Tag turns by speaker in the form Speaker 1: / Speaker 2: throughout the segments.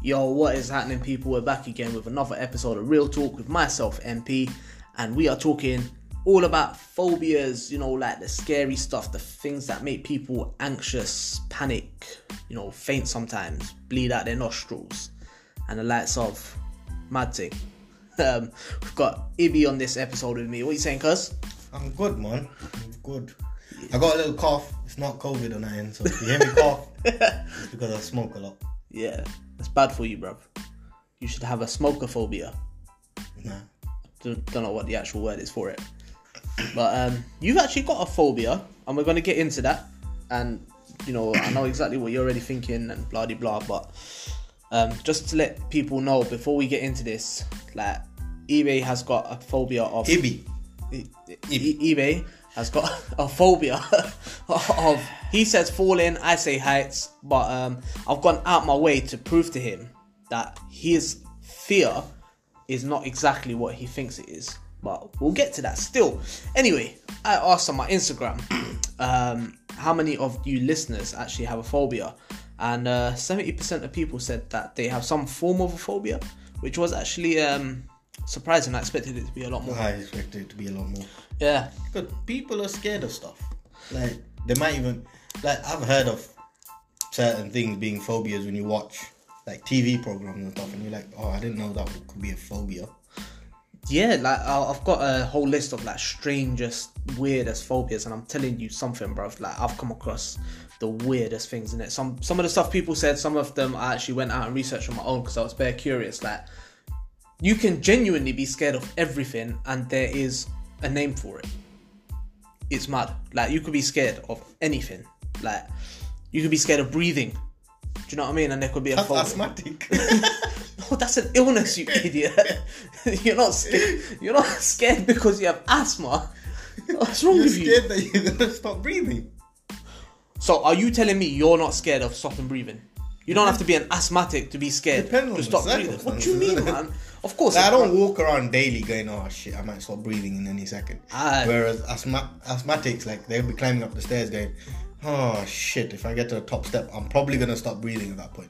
Speaker 1: Yo, what is happening, people? We're back again with another episode of Real Talk with myself, MP, and we are talking all about phobias, you know, like the scary stuff, the things that make people anxious, panic, you know, faint sometimes, bleed out their nostrils, and the likes of mad thing. Um, we've got Ibby on this episode with me. What you saying, cuz?
Speaker 2: I'm good, man. I'm good. I got a little cough. It's not COVID or nothing. So if you hear me cough, it's because I smoke a lot.
Speaker 1: Yeah, that's bad for you, bruv. You should have a smoker phobia.
Speaker 2: Nah.
Speaker 1: don't, don't know what the actual word is for it. But um, you've actually got a phobia, and we're going to get into that. And you know, I know exactly what you're already thinking, and blah de blah. But um, just to let people know before we get into this, like eBay has got a phobia of
Speaker 2: Ibby.
Speaker 1: E- e- eBay has got a phobia of he says falling, I say heights, but um, I've gone out my way to prove to him that his fear is not exactly what he thinks it is. But we'll get to that still. Anyway, I asked on my Instagram um, how many of you listeners actually have a phobia, and uh, 70% of people said that they have some form of a phobia, which was actually um, surprising. I expected it to be a lot more.
Speaker 2: I expect it to be a lot more.
Speaker 1: Yeah,
Speaker 2: But people are scared of stuff. Like they might even like I've heard of certain things being phobias when you watch like TV programs and stuff, and you're like, oh, I didn't know that could be a phobia.
Speaker 1: yeah like I- i've got a whole list of like strangest weirdest phobias and i'm telling you something bro like i've come across the weirdest things in it some some of the stuff people said some of them i actually went out and researched on my own because i was very curious like you can genuinely be scared of everything and there is a name for it it's mad like you could be scared of anything like you could be scared of breathing do you know what i mean and there could be a
Speaker 2: That's
Speaker 1: phobia
Speaker 2: asthmatic.
Speaker 1: Oh, that's an illness, you idiot. you're not scared. You're not scared because you have asthma. What's wrong
Speaker 2: you're
Speaker 1: with you?
Speaker 2: scared that you're gonna stop breathing.
Speaker 1: So, are you telling me you're not scared of stopping breathing? You don't have to be an asthmatic to be scared
Speaker 2: Depends on
Speaker 1: to
Speaker 2: the
Speaker 1: stop breathing. What do you mean,
Speaker 2: circumstances, isn't it?
Speaker 1: man? Of course,
Speaker 2: Like, I
Speaker 1: it's
Speaker 2: don't walk around daily going, oh shit, I might stop breathing in any second.
Speaker 1: Ah.
Speaker 2: Whereas asthma- asthmatics, like they'll be climbing up the stairs going, oh shit, if I get to the top step, I'm probably gonna stop breathing at that point.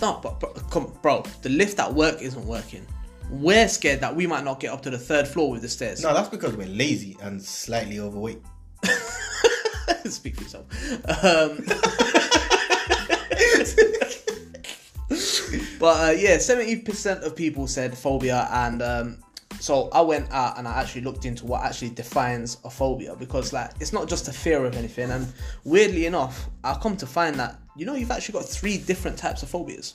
Speaker 1: No, but, but come, bro, the lift at work isn't working. We're scared that we might not get up to the third floor with the stairs.
Speaker 2: No, that's because we're lazy and slightly overweight.
Speaker 1: Speak for yourself. Um, but uh, yeah, seventy percent of people said phobia, and um, so I went out and I actually looked into what actually defines a phobia because like it's not just a fear of anything. And weirdly enough, I come to find that you know you've actually got three different types of phobias.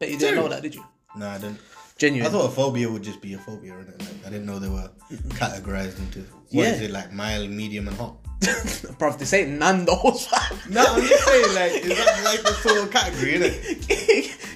Speaker 1: Bet you didn't know
Speaker 2: Serious?
Speaker 1: that, did you?
Speaker 2: No, I didn't. I
Speaker 1: Genuine.
Speaker 2: thought a phobia would just be a phobia, innit? Like, I didn't know they were categorized into what is
Speaker 1: Yeah.
Speaker 2: it like mild, medium, and hot?
Speaker 1: Bruv, this ain't Nando's. fam.
Speaker 2: No, I'm just saying, like, is that like the sort of category, innit?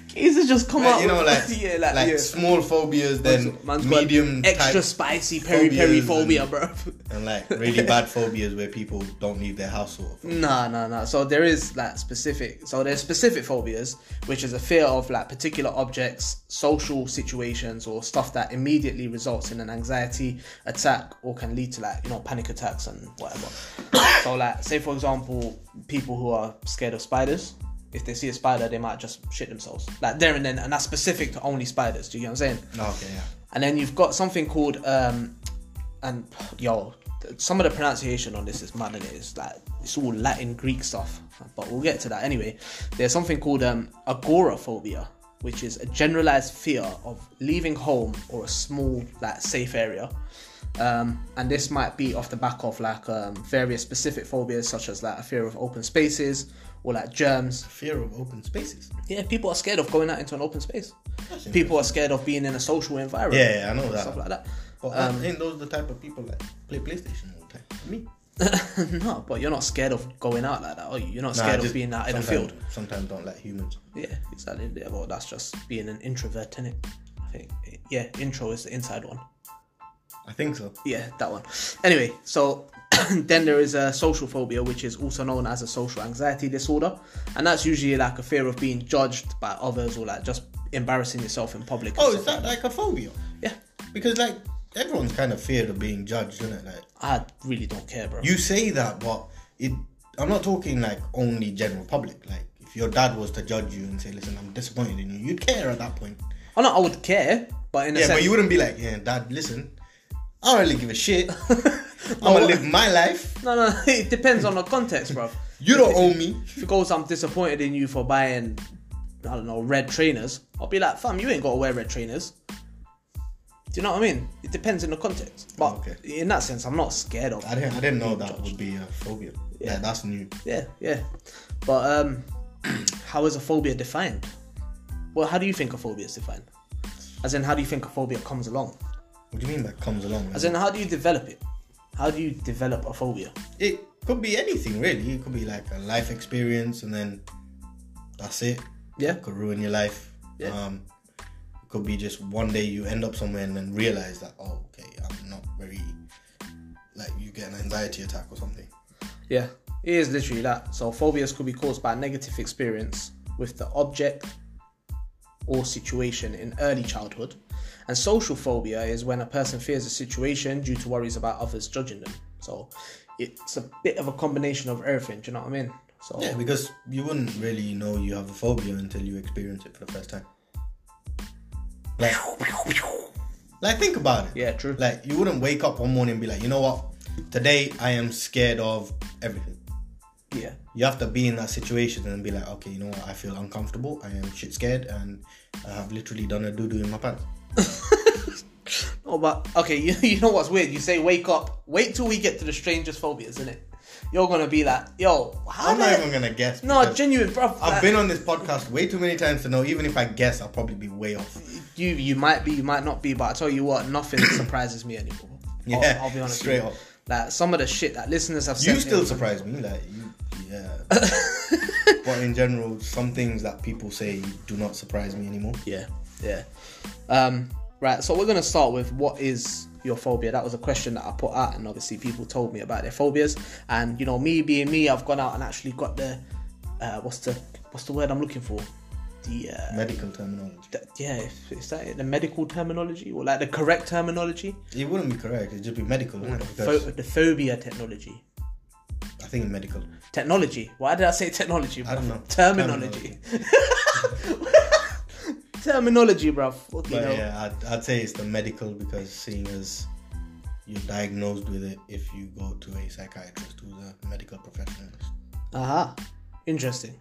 Speaker 1: Keys has just come out.
Speaker 2: Like, you know,
Speaker 1: with-
Speaker 2: like,
Speaker 1: yeah, like,
Speaker 2: like
Speaker 1: yeah.
Speaker 2: small phobias, then
Speaker 1: Man's got
Speaker 2: medium
Speaker 1: extra
Speaker 2: type
Speaker 1: spicy peri peri
Speaker 2: phobias
Speaker 1: phobia, bro.
Speaker 2: and like really bad phobias where people don't leave their house sort of thing.
Speaker 1: No, no, no. So there is like specific. So there's specific phobias, which is a fear of like particular objects, social situations, or stuff that immediately results in an anxiety attack or can lead to like you know panic attacks and whatever. so like, say for example, people who are scared of spiders. If they see a spider, they might just shit themselves. Like there and then, and that's specific to only spiders. Do you get what I'm saying?
Speaker 2: No, okay, yeah.
Speaker 1: and then you've got something called um and yo th- some of the pronunciation on this is mad and it is like it's all latin greek stuff but we'll get to that anyway there's something called um agoraphobia which is a generalized fear of leaving home or a small like safe area um, and this might be off the back of like um, various specific phobias such as like a fear of open spaces or like germs
Speaker 2: Fear of open spaces.
Speaker 1: yeah people are scared of going out into an open space
Speaker 2: That's
Speaker 1: people are scared of being in a social environment
Speaker 2: Yeah, yeah, I know
Speaker 1: stuff
Speaker 2: that.
Speaker 1: like that
Speaker 2: But um, ain't those the type of people that play PlayStation all the time? Me.
Speaker 1: no, but you're not scared of going out like that, are you? You're not
Speaker 2: Nah,
Speaker 1: scared
Speaker 2: just
Speaker 1: of being out in the
Speaker 2: sometimes-
Speaker 1: field.
Speaker 2: Sometimes don't like humans.
Speaker 1: Yeah, exactly. Yeah, well, that's just being an introvert, innit? I think. Yeah, intro is the inside one.
Speaker 2: I think so.
Speaker 1: Yeah, that one. Anyway, so then there is a social phobia, which is also known as a social anxiety disorder, and that's usually like a fear of being judged by others or like just embarrassing yourself in public. and
Speaker 2: Oh,
Speaker 1: stuff
Speaker 2: is that like a phobia?
Speaker 1: Yeah,
Speaker 2: Because like everyone's kind of feared of being judged, isn't it? Like
Speaker 1: I really don't care, bro.
Speaker 2: you say that, but it. I'm not talking like only general public. Like if if your dad was to judge you and say, "Listen, I'm disappointed in you," you'd care at that point.
Speaker 1: Oh no, I would care, but in a
Speaker 2: Yeah,
Speaker 1: sense,
Speaker 2: but you wouldn't be like, "Yeah, dad, listen, I don't really give a shit. I'm gonna live my life.
Speaker 1: no, no, it depends on the context, bro.
Speaker 2: You don't owe me."
Speaker 1: If it goes, I'm disappointed in you for buying, I don't know, red trainers. I'll be like, fam, you ain't got to wear red trainers. Do you know what I mean? It depends on the context, but
Speaker 2: Oh, Okay.
Speaker 1: in that sense, I'm not scared of.
Speaker 2: I didn't. I didn't know that would be a phobia. Yeah, that's new.
Speaker 1: Yeah, yeah. But um, how is a phobia defined? Well, how do you think a phobia is defined? As in, how do you think a phobia comes along?
Speaker 2: What do you mean that comes along?
Speaker 1: As in, how do you develop it? How do you develop a phobia?
Speaker 2: it could be anything really. It could be like a life experience, and then that's it.
Speaker 1: Yeah.
Speaker 2: It could ruin your life.
Speaker 1: Yeah.
Speaker 2: Um, it could be just one day you end up somewhere and then realize that oh, okay, I'm not very like you get an anxiety attack or something.
Speaker 1: Yeah, it is literally that. So phobias could be caused by a negative experience with the object or situation in early childhood. And social phobia is when a person fears a situation due to worries about others judging them. So it's a bit of a combination of everything, do you know what I mean? So
Speaker 2: Yeah, because you wouldn't really know you have a phobia until you experience it for the first time. Like, like think about it.
Speaker 1: Yeah, true.
Speaker 2: Like you wouldn't wake up one morning and be like, you know what? Today I am scared of everything.
Speaker 1: yeah.
Speaker 2: you have to be in that situation and be like, okay, you know what, I feel uncomfortable, I am shit scared, and I have literally done a doo doo in my pants.
Speaker 1: Oh, but okay, you, you know what's weird? You say wake up, wait till we get to the strangest phobias, innit? You're gonna be like, yo, how
Speaker 2: I'm not
Speaker 1: the-
Speaker 2: even gonna guess.
Speaker 1: No,
Speaker 2: because
Speaker 1: genuine, bro.
Speaker 2: I've been on this podcast way too many times to know. Even if I guess, I'll probably be way off.
Speaker 1: you you might be, you might not be, but I tell you what, nothing surprises me anymore. I'll-
Speaker 2: Yeah,
Speaker 1: I'll, be honest.
Speaker 2: straight
Speaker 1: with
Speaker 2: up.
Speaker 1: you. Like some of the shit that listeners have
Speaker 2: You
Speaker 1: sent
Speaker 2: still
Speaker 1: in-
Speaker 2: surprise me, like you, yeah. but in general, some things that people say do not surprise me anymore.
Speaker 1: Yeah, yeah. Um, right, so we're gonna start with what is your phobia? That was a question that I put out, and obviously people told me about their phobias. And you know, me being me, I've gone out and actually got the uh, what's the what's the word I'm looking for? The uh,
Speaker 2: Medical terminology.
Speaker 1: th- yeah, if- is that it? the medical terminology or like the correct terminology?
Speaker 2: It wouldn't be correct. It'd just be medical. wouldn't it?
Speaker 1: Pho-
Speaker 2: Because
Speaker 1: the phobia technology.
Speaker 2: I think medical.
Speaker 1: Technology. Why did I say technology? Bruv?
Speaker 2: I don't know.
Speaker 1: Terminology. Terminology, bruv. Fuck, you
Speaker 2: But
Speaker 1: know.
Speaker 2: yeah, I'd, I'd say it's the medical because seeing as you're diagnosed with it if you go to a psychiatrist who's a medical professional.
Speaker 1: Aha. Interesting.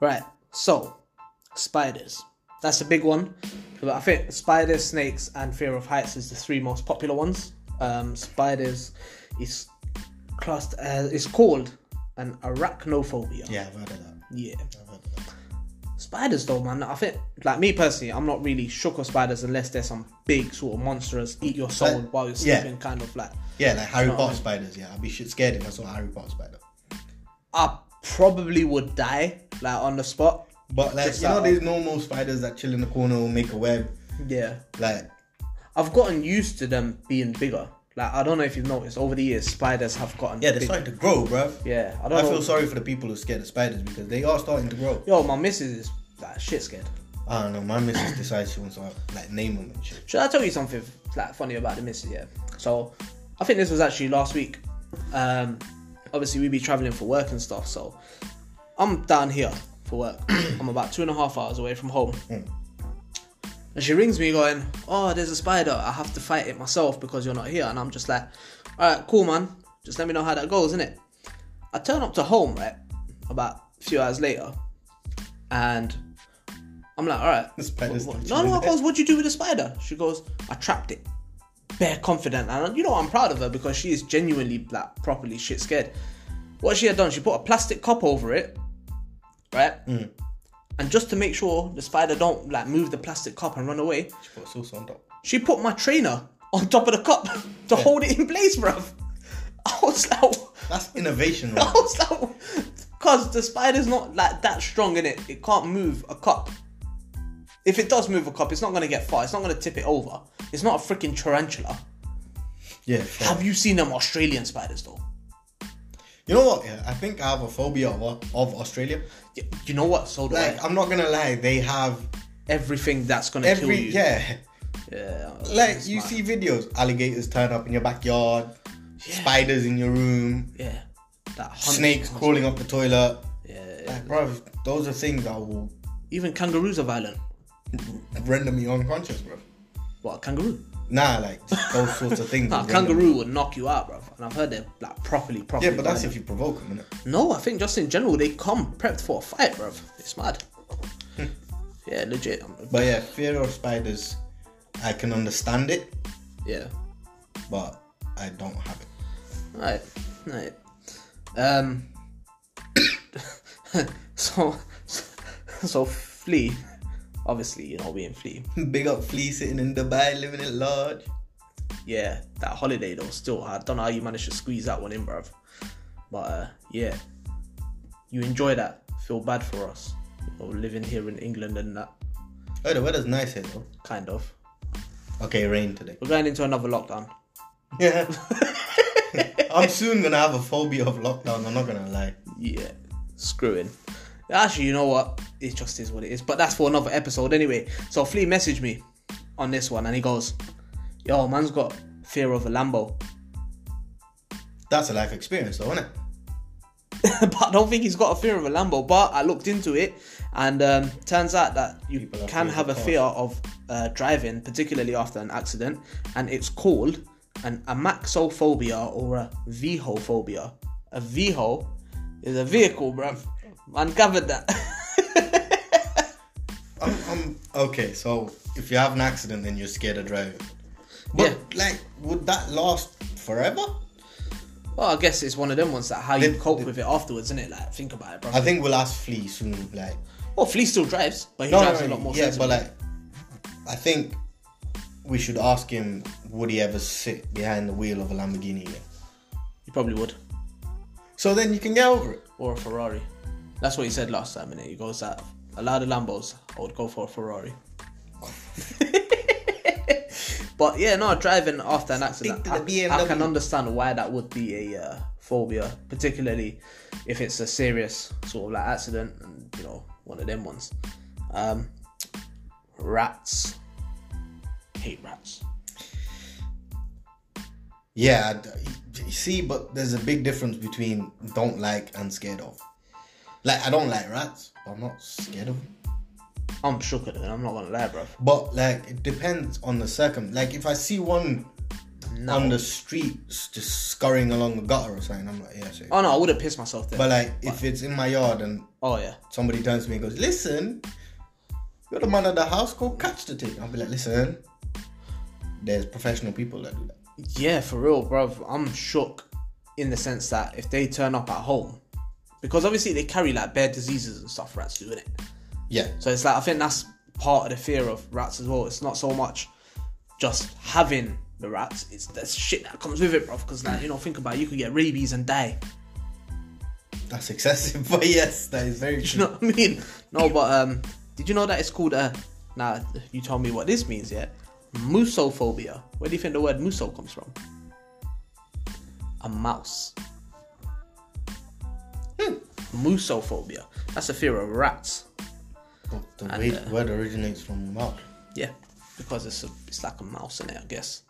Speaker 1: Right. So, spiders. That's a big one. But I think spiders, snakes, and fear of heights is the three most popular ones. Um, spiders is classed as it's called an arachnophobia.
Speaker 2: Yeah, I've heard of that.
Speaker 1: yeah.
Speaker 2: I've heard of that.
Speaker 1: Spiders, though, man. I think, like me personally, I'm not really shook of spiders unless they're some big sort of monstrous eat your soul
Speaker 2: Like,
Speaker 1: while you're
Speaker 2: yeah.
Speaker 1: sleeping kind of like.
Speaker 2: Yeah, like Harry Potter spiders. Yeah, I'd be shit scared if I saw a Harry Potter spider.
Speaker 1: I probably would die like on the spot.
Speaker 2: But like,
Speaker 1: Just
Speaker 2: you know,
Speaker 1: that-
Speaker 2: these normal spiders that chill in the corner will make a web.
Speaker 1: Yeah,
Speaker 2: Like,
Speaker 1: I've gotten used to them being bigger. Like I don't know if you've noticed over the years, spiders have gotten
Speaker 2: yeah, they're
Speaker 1: bigger.
Speaker 2: starting to grow, bruv.
Speaker 1: Yeah, I don't
Speaker 2: I
Speaker 1: know.
Speaker 2: feel sorry for the people who are scared of spiders because they are starting to grow.
Speaker 1: Yo, my missus is like shit scared.
Speaker 2: I don't know. My missus decides she wants to like name them and shit.
Speaker 1: Should I tell you something like funny about the missus? Yeah. So, I think this was actually last week. Um, obviously we be traveling for work and stuff. So, I'm down here for work. I'm about two and a half hours away from home. And she rings me going, "Oh, there's a spider. I have to fight it myself because you're not here." And I'm just like, "All right, cool, man. Just let me know how that goes, innit?" I turn up to home right about a few hours later, and I'm like, "All right."
Speaker 2: The spider's
Speaker 1: What-
Speaker 2: still
Speaker 1: no, no. I
Speaker 2: chilling.
Speaker 1: goes, "What'd you do with the spider?" She goes, "I trapped it." Bare confident, and you know I'm proud of her because she is genuinely like properly shit scared. What she had done, she put a plastic cup over it, right? And just to make sure the spider don't like move the plastic cup and run away,
Speaker 2: She put sauce on top.
Speaker 1: she put my trainer on top of the cup to hold it in place, bruv. I was like, I
Speaker 2: That's innovation, right?
Speaker 1: was like, cause the spider's not like that strong in it. It can't move a cup. If it does move a cup, it's not gonna get far. It's not gonna tip it over. It's not a freaking tarantula.
Speaker 2: Yeah. fair.
Speaker 1: Have you seen them Australian spiders though?
Speaker 2: You know what? Yeah, I think I have a phobia of, of Australia.
Speaker 1: Y- You know what? So do
Speaker 2: Like, uh,
Speaker 1: I.
Speaker 2: I'm not gonna lie, they have
Speaker 1: Everything that's gonna
Speaker 2: every
Speaker 1: kill you.
Speaker 2: yeah.
Speaker 1: yeah
Speaker 2: Like
Speaker 1: it's
Speaker 2: you
Speaker 1: mad.
Speaker 2: see videos, alligators turn up in your backyard, spiders in your room,
Speaker 1: Yeah. That hunt-
Speaker 2: snakes crawling up the toilet.
Speaker 1: Yeah,
Speaker 2: Like, bro, those are things that will
Speaker 1: Even kangaroos are violent.
Speaker 2: render me unconscious, bro.
Speaker 1: What a kangaroo?
Speaker 2: Nah, like those sorts of things.
Speaker 1: Nah, a
Speaker 2: will render me-
Speaker 1: kangaroo would knock you out, bro. And I've heard they're like properly, properly.
Speaker 2: Yeah, but that's
Speaker 1: violent.
Speaker 2: if you provoke them, innit?
Speaker 1: No, I think just in general they come prepped for a fight, bro. It's mad. yeah, legit. um,
Speaker 2: But yeah, fear of spiders, I can understand it,
Speaker 1: Yeah.
Speaker 2: but I don't have it.
Speaker 1: Right, right. Um. so, so flea. Obviously, you know being flea.
Speaker 2: Big up Flea sitting in Dubai, living at large.
Speaker 1: Yeah, that holiday though. Still, I don't know how you managed to squeeze that one in, bruv. But uh, yeah, you enjoy that. Feel bad for us, you know, living here in England and that
Speaker 2: Oh, the weather's nice here though.
Speaker 1: kind of.
Speaker 2: Okay, rain today.
Speaker 1: We're going into another lockdown.
Speaker 2: Yeah. I'm soon gonna have a phobia of lockdown. I'm not gonna lie.
Speaker 1: Yeah, screwing. Actually, you know what? It just is what it is. But that's for another episode anyway. So Flea messaged me on this one and he goes, Yo, man's got fear of a Lambo.
Speaker 2: That's a life experience, though, isn't it?
Speaker 1: but I don't think he's got a fear of a Lambo. But I looked into it and um, turns out that you
Speaker 2: People have
Speaker 1: can
Speaker 2: fears
Speaker 1: have a
Speaker 2: of cars.
Speaker 1: fear of uh, driving, particularly after an accident. And it's called an amaxophobia or a vehophobia. A veho is a vehicle, bruv. Man covered that.
Speaker 2: I'm, I'm okay. So if you have an accident, then you're scared of driving. But like, would that last forever?
Speaker 1: Well, I guess it's one of them ones that how you
Speaker 2: They-
Speaker 1: cope
Speaker 2: they-
Speaker 1: with it afterwards, isn't it? Like, think about it, bro.
Speaker 2: I think we'll ask Flea soon. Like,
Speaker 1: well, Flea still drives, but he
Speaker 2: no,
Speaker 1: drives
Speaker 2: no,
Speaker 1: a
Speaker 2: no,
Speaker 1: lot more.
Speaker 2: yeah, but
Speaker 1: sensibly.
Speaker 2: like, I think we should ask him: Would he ever sit behind the wheel of a Lamborghini again?
Speaker 1: he probably would,
Speaker 2: So then you can get over it.
Speaker 1: or a Ferrari. That's what he said last time, innit? He goes that a lot of Lambos, I would go for a Ferrari. but yeah, no, driving after an accident,
Speaker 2: to the
Speaker 1: I, I
Speaker 2: BMW.
Speaker 1: can understand why that would be a uh, phobia, particularly if it's a serious sort of like accident, and you know, one of them ones. Um, rats. Hate rats.
Speaker 2: Yeah, I'd- you see, but there's a big difference between don't like and scared of. Like, I don't like rats, but I'm not scared of them.
Speaker 1: I'm shook at it. I'm not gonna lie, bro.
Speaker 2: But like, it depends on the circum. Like, if I see one
Speaker 1: No.
Speaker 2: on the streets just scurrying along the gutter or something, I'm like, yeah, shit.
Speaker 1: Oh no, I would have pissed myself there.
Speaker 2: But like, if it's in my yard and
Speaker 1: oh yeah,
Speaker 2: somebody turns to me and goes, "Listen, you're the man of the house. Go catch the thing." I'll be like, "Listen, there's professional people that do that."
Speaker 1: yeah, for real, bro. I'm shook in the sense that if they turn up at home, because obviously they carry like bare diseases and stuff. Rats doing it,
Speaker 2: Yeah,
Speaker 1: so it's like I think that's part of the fear of rats as well. It's not so much just having the rats; it's the shit that comes with it, bro. Because like you know, think about it, you could get rabies and die.
Speaker 2: that's excessive, but yes, that is very
Speaker 1: You
Speaker 2: true.
Speaker 1: know what I mean? No, but um, did you know that it's called uh? Now you told me what this means, yeah? Musophobia. Where do you think the word muso comes from? A mouse. Hmm. Musophobia. That's a fear of rats.
Speaker 2: But the
Speaker 1: uh,
Speaker 2: word, word originates from the mouth.
Speaker 1: Yeah, because it's a, it's like a mouse in it, I guess.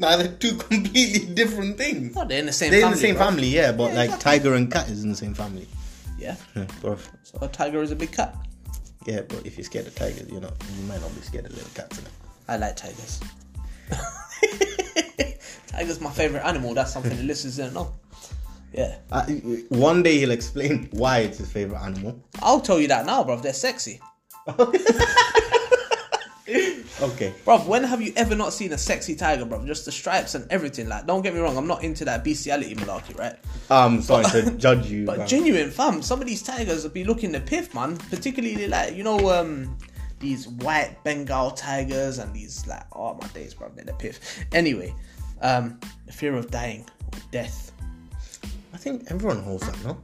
Speaker 2: Now they're two completely different things.
Speaker 1: Oh, they're in the same.
Speaker 2: They're in
Speaker 1: family,
Speaker 2: the same
Speaker 1: bruv.
Speaker 2: family, yeah, but
Speaker 1: Yeah,
Speaker 2: like
Speaker 1: exactly.
Speaker 2: tiger and cat is in the same family.
Speaker 1: Yeah.
Speaker 2: Yeah, bro.
Speaker 1: So a tiger is a big cat.
Speaker 2: Yeah, but if you're scared of tigers, you're not. You might not be scared of little cats. Innit?
Speaker 1: I like tigers. Tiger's my favorite animal. That's something the listeners didn't know. Yeah.
Speaker 2: Uh, one day he'll explain why it's his favorite animal.
Speaker 1: I'll tell you that now, bruv. They're sexy.
Speaker 2: Okay.
Speaker 1: Bruv, when have you ever not seen a sexy tiger, bruv? Just the stripes and everything. Like, don't get me wrong, I'm not into that bestiality malarkey, right?
Speaker 2: I'm Um, sorry to judge you.
Speaker 1: But
Speaker 2: man.
Speaker 1: genuine, fam, some of these tigers will be looking the piff, man. Particularly, like, you know, um, these white Bengal tigers and these, like, oh my days, bruv, they're the piff. Anyway, um, the fear of dying or death.
Speaker 2: I think everyone holds that, no?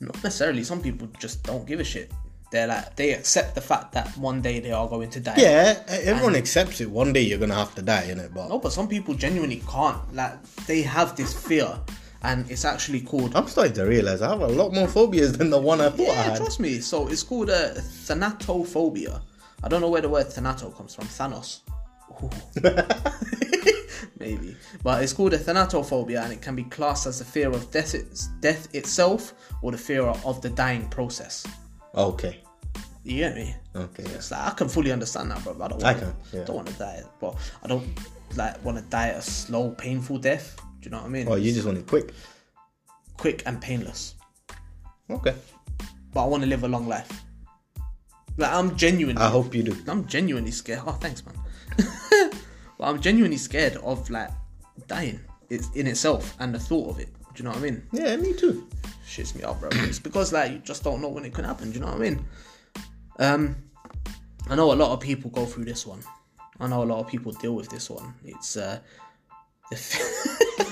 Speaker 1: Not necessarily, some people just don't give a shit. They're like, they accept the fact that one day they are going to die.
Speaker 2: Yeah, e- everyone accepts it. One day you're gonna have to die, innit? But
Speaker 1: No, but some people genuinely can't. Like they have this fear, and it's actually called. oh,
Speaker 2: I'm starting to realize I have a lot more phobias than the one I thought I
Speaker 1: Yeah,
Speaker 2: had.
Speaker 1: trust me. So it's called uh, thanatophobia. I don't know where the word thanato comes from. Thanos. Ooh. maybe. But it's called a thanatophobia and it can be classed as the fear of death, it's, death itself or the fear of the dying process.
Speaker 2: Okay.
Speaker 1: You get me?
Speaker 2: Okay.
Speaker 1: It's like I can fully understand that, bro. I don't
Speaker 2: I
Speaker 1: want,
Speaker 2: can, yeah.
Speaker 1: don't want to die, bro. I don't like want to die a slow, painful death. Do you know what I mean?
Speaker 2: Oh, you just want it quick.
Speaker 1: Quick and painless.
Speaker 2: Okay.
Speaker 1: But I want to live a long life. Like I'm genuinely,
Speaker 2: I hope you do.
Speaker 1: I'm genuinely scared. Oh, thanks, man. but I'm genuinely scared of like dying. It's in itself and the thought of it. Do you know what I mean?
Speaker 2: Yeah, me too.
Speaker 1: shits me up, bro. It's because like you just don't know when it can happen. Do you know what I mean? Um, I know a lot of people go through this one. I know a lot of people deal with this one. It's uh, the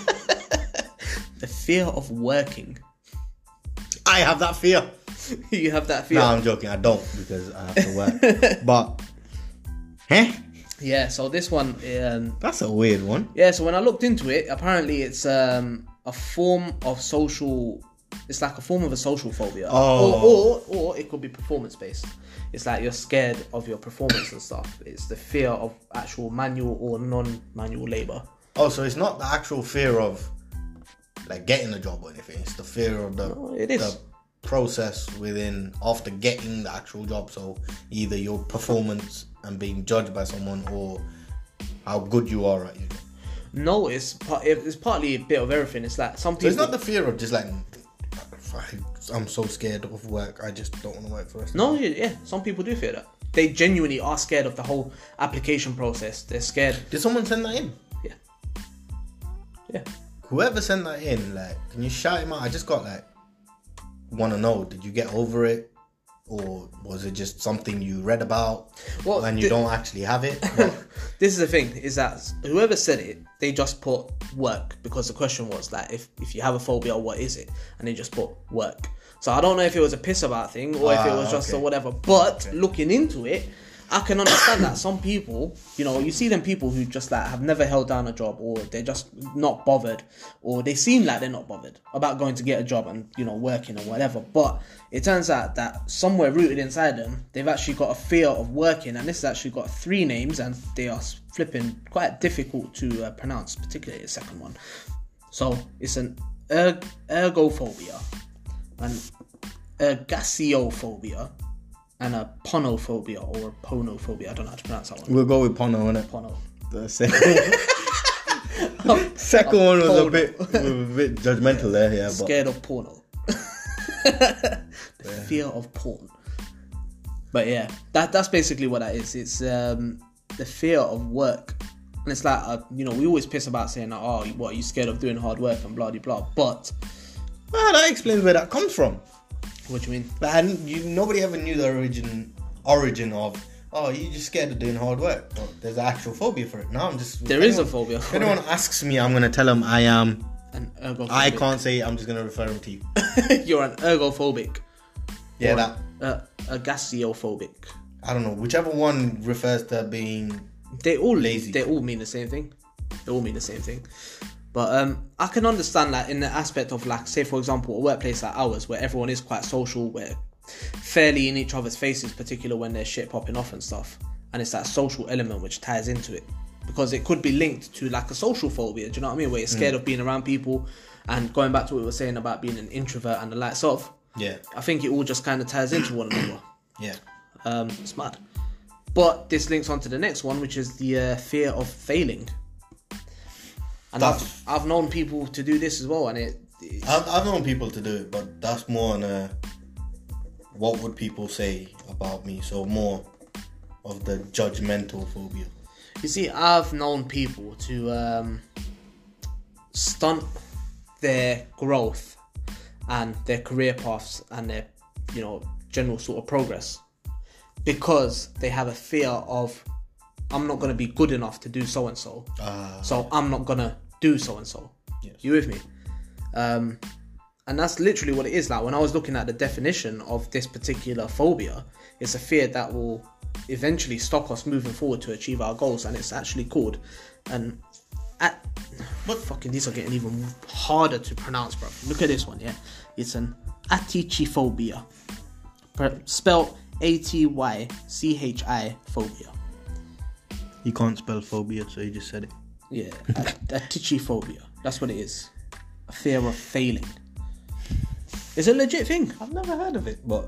Speaker 1: fe- the fear of working.
Speaker 2: I have that fear.
Speaker 1: you have that fear.
Speaker 2: No, I'm joking. I don't because I have to work. but, huh?
Speaker 1: Yeah. So this one, um,
Speaker 2: That's a weird one.
Speaker 1: yeah. So when I looked into it, apparently it's um a form of social. It's like a form of a social phobia,
Speaker 2: Oh.
Speaker 1: or, or or it could be performance based. It's like you're scared of your performance and stuff. It's the fear of actual manual or non-manual labor.
Speaker 2: Oh, so it's not the actual fear of like getting a job or anything. It's the fear of the,
Speaker 1: No, it is.
Speaker 2: the process within after getting the actual job. So either your performance and being judged by someone, or how good you are at your job.
Speaker 1: No, it's part, it's partly a bit of everything. It's like some people.
Speaker 2: So it's not the fear of just like "Fuck, I'm so scared of work. I just don't want to work for us.
Speaker 1: No, yeah, yeah, some people do fear that. They genuinely are scared of the whole application process. They're scared.
Speaker 2: Did someone send that in?
Speaker 1: Yeah. Yeah.
Speaker 2: Whoever sent that in, like, can you shout him out? I just got like, want to know, did you get over it? Or was it just something you read about
Speaker 1: Well,
Speaker 2: and you
Speaker 1: the-
Speaker 2: don't actually have it? But-
Speaker 1: this is the thing is that whoever said it they just put work because the question was that if, if you have a phobia what is it and they just put work so i don't know if it was a piss about thing or if it
Speaker 2: Ah,
Speaker 1: was just
Speaker 2: okay.
Speaker 1: a whatever but looking into it i can understand that some people you know you see them people who just like have never held down a job or they're just not bothered or they seem like they're not bothered about going to get a job and you know working or whatever but it turns out that somewhere rooted inside them they've actually got a fear of working and this has actually got three names and they are flipping quite difficult to uh, pronounce particularly the second one so it's an erg- ergophobia an ergasiophobia and a ponophobia or a ponophobia i don't know how to pronounce that one
Speaker 2: we'll go with Pono, innit?
Speaker 1: pono
Speaker 2: The second, second one was a
Speaker 1: Pono.
Speaker 2: bit, was a bit judgmental there, yeah. But
Speaker 1: scared of porno. the fear of porn. But yeah, that that's basically what that is. It's um, the fear of work, and it's like uh, you know we always piss about saying that oh what are you scared of doing hard work and blah de blah. But
Speaker 2: ah, that explains where that comes from.
Speaker 1: what do you mean?
Speaker 2: Like, I didn't- you, nobody ever knew the origin origin of. Oh, you just scared of doing hard work. Well, there's an actual phobia for it. Now I'm just.
Speaker 1: There
Speaker 2: if
Speaker 1: is a
Speaker 2: anyone-
Speaker 1: phobia
Speaker 2: If
Speaker 1: for
Speaker 2: anyone asks me, I'm gonna tell them I am.
Speaker 1: An ergophobic.
Speaker 2: I can't say. I'm just gonna refer them to you.
Speaker 1: You're an ergophobic.
Speaker 2: Yeah, that.
Speaker 1: Uh, ergaseophobic.
Speaker 2: I don't know. Whichever one refers to being.
Speaker 1: They all
Speaker 2: Lazy.
Speaker 1: They all mean the same thing. They all mean the same thing. But um, I can understand that in the aspect of like, say for example, a workplace like ours where everyone is quite social, where fairly in each other's faces, particular when there's shit popping off and stuff, and it's that social element which ties into it because it could be linked to like a social phobia. Do you know what I mean? Where you're scared of being around people, and going back to what we were saying about being an introvert and the likes of,
Speaker 2: Yeah.
Speaker 1: I think it all just kind of ties into one another.
Speaker 2: Yeah.
Speaker 1: Um, it's mad. But this links on to the next one, which is the uh, fear of failing. And
Speaker 2: That's-
Speaker 1: I've, I've known people to do this as well, and it. It's,
Speaker 2: I've, I've known people to do it, but that's more on a. What would people say about me? So more of the judgmental phobia.
Speaker 1: you see, I've known people to um, stunt their growth and their career paths and their, you know, general sort of progress because they have a fear of, I'm not going to be good enough to do so and so.
Speaker 2: Ah.
Speaker 1: so I'm not gonna do so and so.
Speaker 2: Yes.
Speaker 1: You with me? Um, and that's literally what it is like. When I was looking at the definition of this particular phobia, it's a fear that will eventually stop us moving forward to achieve our goals, and it's actually called an at. What fucking these are getting even harder to pronounce, bro. Look at this one, yeah. It's an atichiphobia, Pre- spelled A T Y C H I phobia.
Speaker 2: He can't spell phobia, so he just said it.
Speaker 1: Yeah, a, a tachyphobia. That's what it is. A fear of failing. It's a legit thing.
Speaker 2: I've never heard of it, but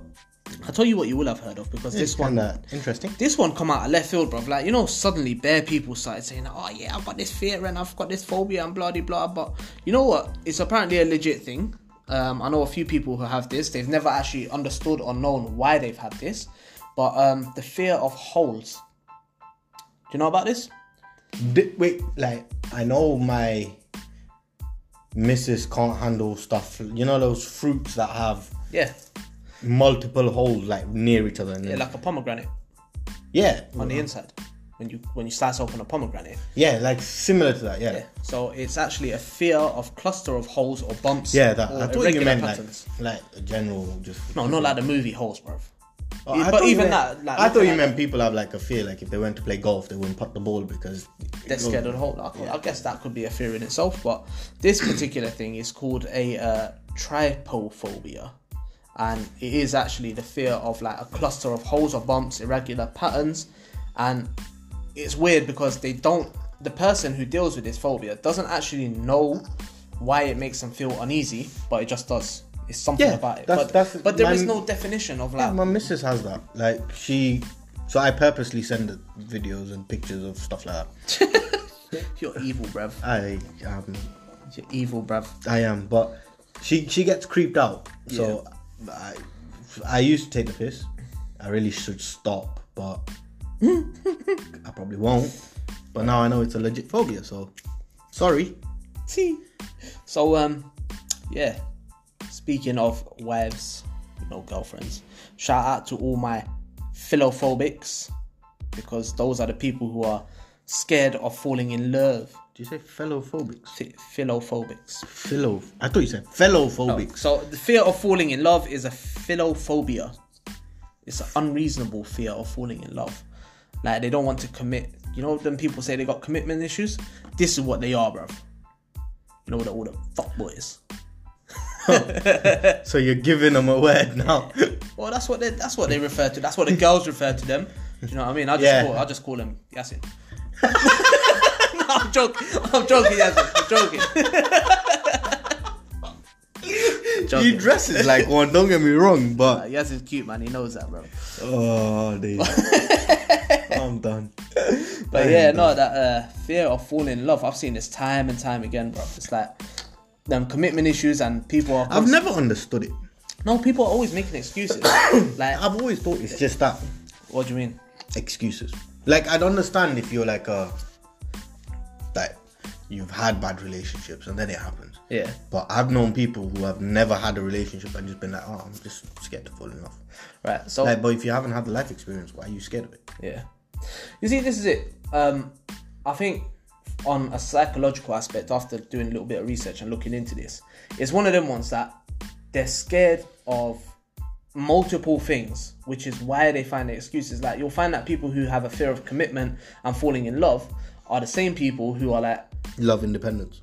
Speaker 1: I tell you what, you will have heard of because this one,
Speaker 2: kinda interesting.
Speaker 1: this one come out of left field, bruv. Like you know, suddenly bare people started saying, "Oh yeah, I've got this fear and I've got this phobia and blah de blah." But you know what? It's apparently a legit thing. Um, I know a few people who have this. They've never actually understood or known why they've had this, but um, the fear of holes. Do you know about this?
Speaker 2: Di- wait, like I know my missus can't handle stuff. You know those fruits that have
Speaker 1: Yeah,
Speaker 2: multiple holes like near each other. And
Speaker 1: yeah
Speaker 2: then,
Speaker 1: like a pomegranate
Speaker 2: yeah,
Speaker 1: on the inside. When you when you slice open a pomegranate,
Speaker 2: yeah, like similar to that. Yeah,
Speaker 1: Yeah.
Speaker 2: yeah.
Speaker 1: So it's actually a fear of cluster of holes or bumps.
Speaker 2: that
Speaker 1: or
Speaker 2: I thought you
Speaker 1: irregular
Speaker 2: meant
Speaker 1: Uh, patterns.
Speaker 2: like like a general just.
Speaker 1: No, not like the movie holes, bruv.
Speaker 2: Oh, I
Speaker 1: but
Speaker 2: thought you
Speaker 1: even
Speaker 2: meant-
Speaker 1: that, like,
Speaker 2: I thought
Speaker 1: looking
Speaker 2: you
Speaker 1: at-
Speaker 2: meant people have like a fear, like if they went to play golf, they wouldn't put the ball because
Speaker 1: They're scared of the hole. I, I guess that could be a fear in itself, but this particular thing is called a uh, trypophobia, and it is actually the fear of like a cluster of holes or bumps, irregular patterns, and it's weird because they don't. The person who deals with this phobia doesn't actually know why it makes them feel uneasy, but it just does. It's something
Speaker 2: Yeah,
Speaker 1: about it.
Speaker 2: that's-
Speaker 1: but
Speaker 2: that's
Speaker 1: but there
Speaker 2: my-
Speaker 1: is no definition of like
Speaker 2: Yeah, my missus has that. Like she, so I purposely send her videos and pictures of stuff like that.
Speaker 1: You're evil, bruv.
Speaker 2: I um,
Speaker 1: You're evil, bruv.
Speaker 2: I am, but she she gets creeped out. So I I used to take the piss. I really should stop, but I probably won't. But now I know it's a legit phobia, so sorry.
Speaker 1: See? So, um, yeah. Speaking of wives, you know, girlfriends, shout out to all my philophobics because those are the people who are scared of falling in love.
Speaker 2: Do you say fellow phobics?
Speaker 1: Ph- Philophobics.
Speaker 2: Fellow. I thought you said fellow phobics.
Speaker 1: So, the fear of falling in love is a philophobia. It's an unreasonable fear of falling in love. Like, they don't want to commit. You know, when people say they got commitment issues, this is what they are, bruv. You know, they're all the fuckboys.
Speaker 2: So you're giving them a word now.
Speaker 1: Well, that's what they that's what they refer to. That's what the girls refer to them. Do you know what I mean? I just
Speaker 2: Yeah.
Speaker 1: call, I just call them Yasin. no, I'm joking. I'm joking, Yasin. I'm joking. joking.
Speaker 2: he dresses like one. Don't get me wrong, but
Speaker 1: Uh, Yasin's cute, man. He knows that, bro.
Speaker 2: Oh, dude. I'm done.
Speaker 1: But yeah, no, that uh, fear of falling in love. I've seen this time and time again, bro. It's like them commitment issues and people are
Speaker 2: I've never understood it.
Speaker 1: no people are always making excuses. like,
Speaker 2: I've always thought it's just that
Speaker 1: what do you mean?
Speaker 2: excuses. Like I'd understand if you're like a like you've had bad relationships and then it happens.
Speaker 1: Yeah.
Speaker 2: But I've known people who have never had a relationship and just been like, oh, I'm just scared to fall in love.
Speaker 1: Right. So
Speaker 2: Like, but if you haven't had the life experience, why are you scared of it?
Speaker 1: Yeah. You see, this is it. Um, I think on a psychological aspect, after doing a little bit of research and looking into this, it's one of them ones that they're scared of multiple things, which is why they find the excuses. Like you'll find that people who have a fear of commitment and falling in love are the same people who are like,
Speaker 2: Love independence.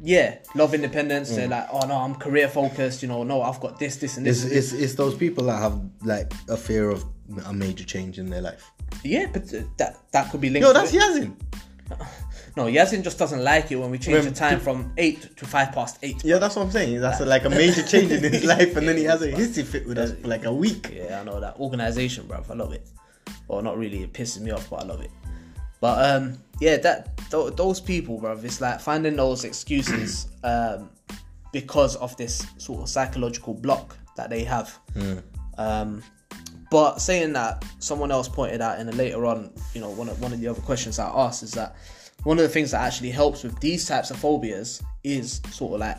Speaker 1: yeah, love independence.
Speaker 2: Mm.
Speaker 1: They're like, oh no, I'm career focused. You know, no, I've got this, this, and this.
Speaker 2: It's, it's it's those people that have like a fear of a major change in their life.
Speaker 1: yeah, but uh, that that could be linked.
Speaker 2: Yo,
Speaker 1: to
Speaker 2: that's
Speaker 1: it.
Speaker 2: Yazin.
Speaker 1: No, Yasin just doesn't like it when we change
Speaker 2: When-
Speaker 1: the time from eight to five past eight.
Speaker 2: Yeah, that's what I'm saying. That's like a major change in his life, and then he has a hissy fit with us for like a week.
Speaker 1: Yeah, I know that organization, bruv. I love it. Well, not really. It pisses me off, but I love it. But um, yeah, that th- those people, bruv. It's like finding those excuses um, because of this sort of psychological block that they have. Um, but saying that, someone else pointed out, and then later on, you know, one of, one of the other questions I asked is that one of the things that actually helps with these types of phobias is sort of like,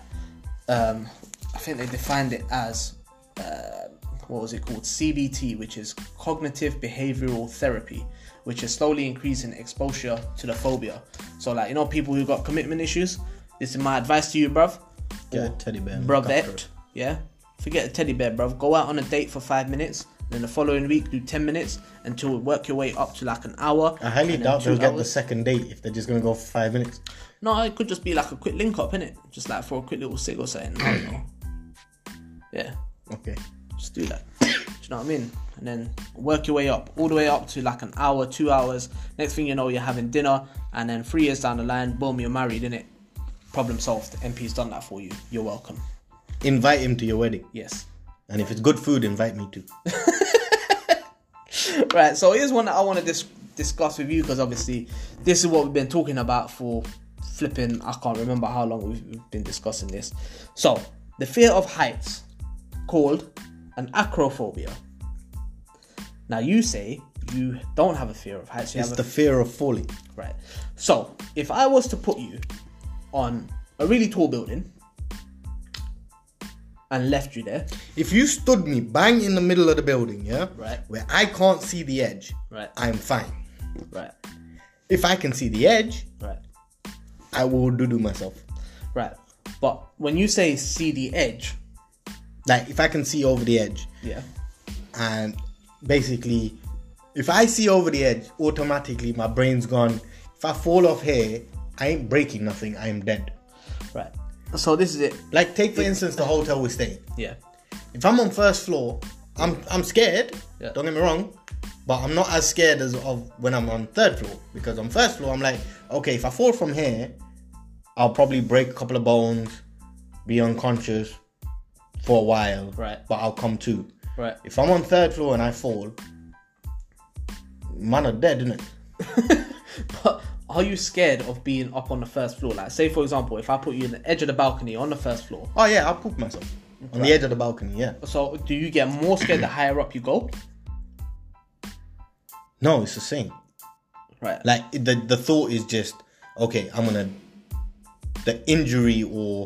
Speaker 1: um, I think they defined it as, uh, what was it called? CBT, which is cognitive behavioral therapy, which is slowly increasing exposure to the phobia. So, like, you know, people who got commitment issues, this is my advice to you, bruv.
Speaker 2: Get a teddy bear. and look after
Speaker 1: Brother,
Speaker 2: it.
Speaker 1: yeah. Forget a teddy bear, bruv. Go out on a date for five minutes. Then the following week, do ten minutes until work your way up to like an hour.
Speaker 2: I highly
Speaker 1: and then
Speaker 2: doubt
Speaker 1: two
Speaker 2: they'll get the
Speaker 1: hours.
Speaker 2: second date if they're just gonna go for five minutes.
Speaker 1: No, it could just be like a quick link up, innit? Just like for a quick little sig or something. I don't know. Yeah,
Speaker 2: Okay.
Speaker 1: just do that. Do you know what I mean? And then work your way up, all the way up to like an hour, two hours. Next thing you know, you're having dinner, and then three years down the line, boom, you're married, innit? Problem solved. MP's done that for you. You're welcome.
Speaker 2: Invite him to your wedding.
Speaker 1: Yes.
Speaker 2: And if it's good food, invite me too.
Speaker 1: Right, so here's one that I want to dis- discuss with you because obviously this is what we've been talking about for flipping. I can't remember how long we've, we've been discussing this. So, the fear of heights, called an acrophobia. Now, you say you don't have a fear of heights. You
Speaker 2: It's
Speaker 1: have
Speaker 2: the fear of falling.
Speaker 1: a, right. So, if I was to put you on a really tall building and left you there,
Speaker 2: If you stood me bang in the middle of the building, yeah?
Speaker 1: Right.
Speaker 2: Where I can't see the edge,
Speaker 1: Right.
Speaker 2: I'm fine.
Speaker 1: right,
Speaker 2: If I can see the edge,
Speaker 1: right.
Speaker 2: I will do do myself.
Speaker 1: Right. But when you say see the edge,
Speaker 2: Like if I can see over the edge,
Speaker 1: yeah.
Speaker 2: and basically, if I see over the edge, automatically my brain's gone. If I fall off here, I ain't breaking nothing. I am dead.
Speaker 1: Right. So this is it.
Speaker 2: Like take for instance the hotel we stay. in.
Speaker 1: Yeah.
Speaker 2: If I'm on first floor, I'm I'm scared.
Speaker 1: Yeah.
Speaker 2: Don't get me wrong, but I'm not as scared as of when I'm on third floor because on first floor I'm like, okay, if I fall from here, I'll probably break a couple of bones, be unconscious for a while,
Speaker 1: Right.
Speaker 2: But I'll come to.
Speaker 1: Right.
Speaker 2: If I'm on third floor and I fall, man are dead, isn't it?
Speaker 1: But are you scared of being up on the first floor? Like, say for example, if I put you in the edge of the balcony on the first floor,
Speaker 2: Oh yeah, I'll poop myself on the edge of the balcony. Yeah.
Speaker 1: so do you get more scared the higher up you go?
Speaker 2: No, it's the same.
Speaker 1: Right.
Speaker 2: like it- the the thought is just okay i'm gonna the injury or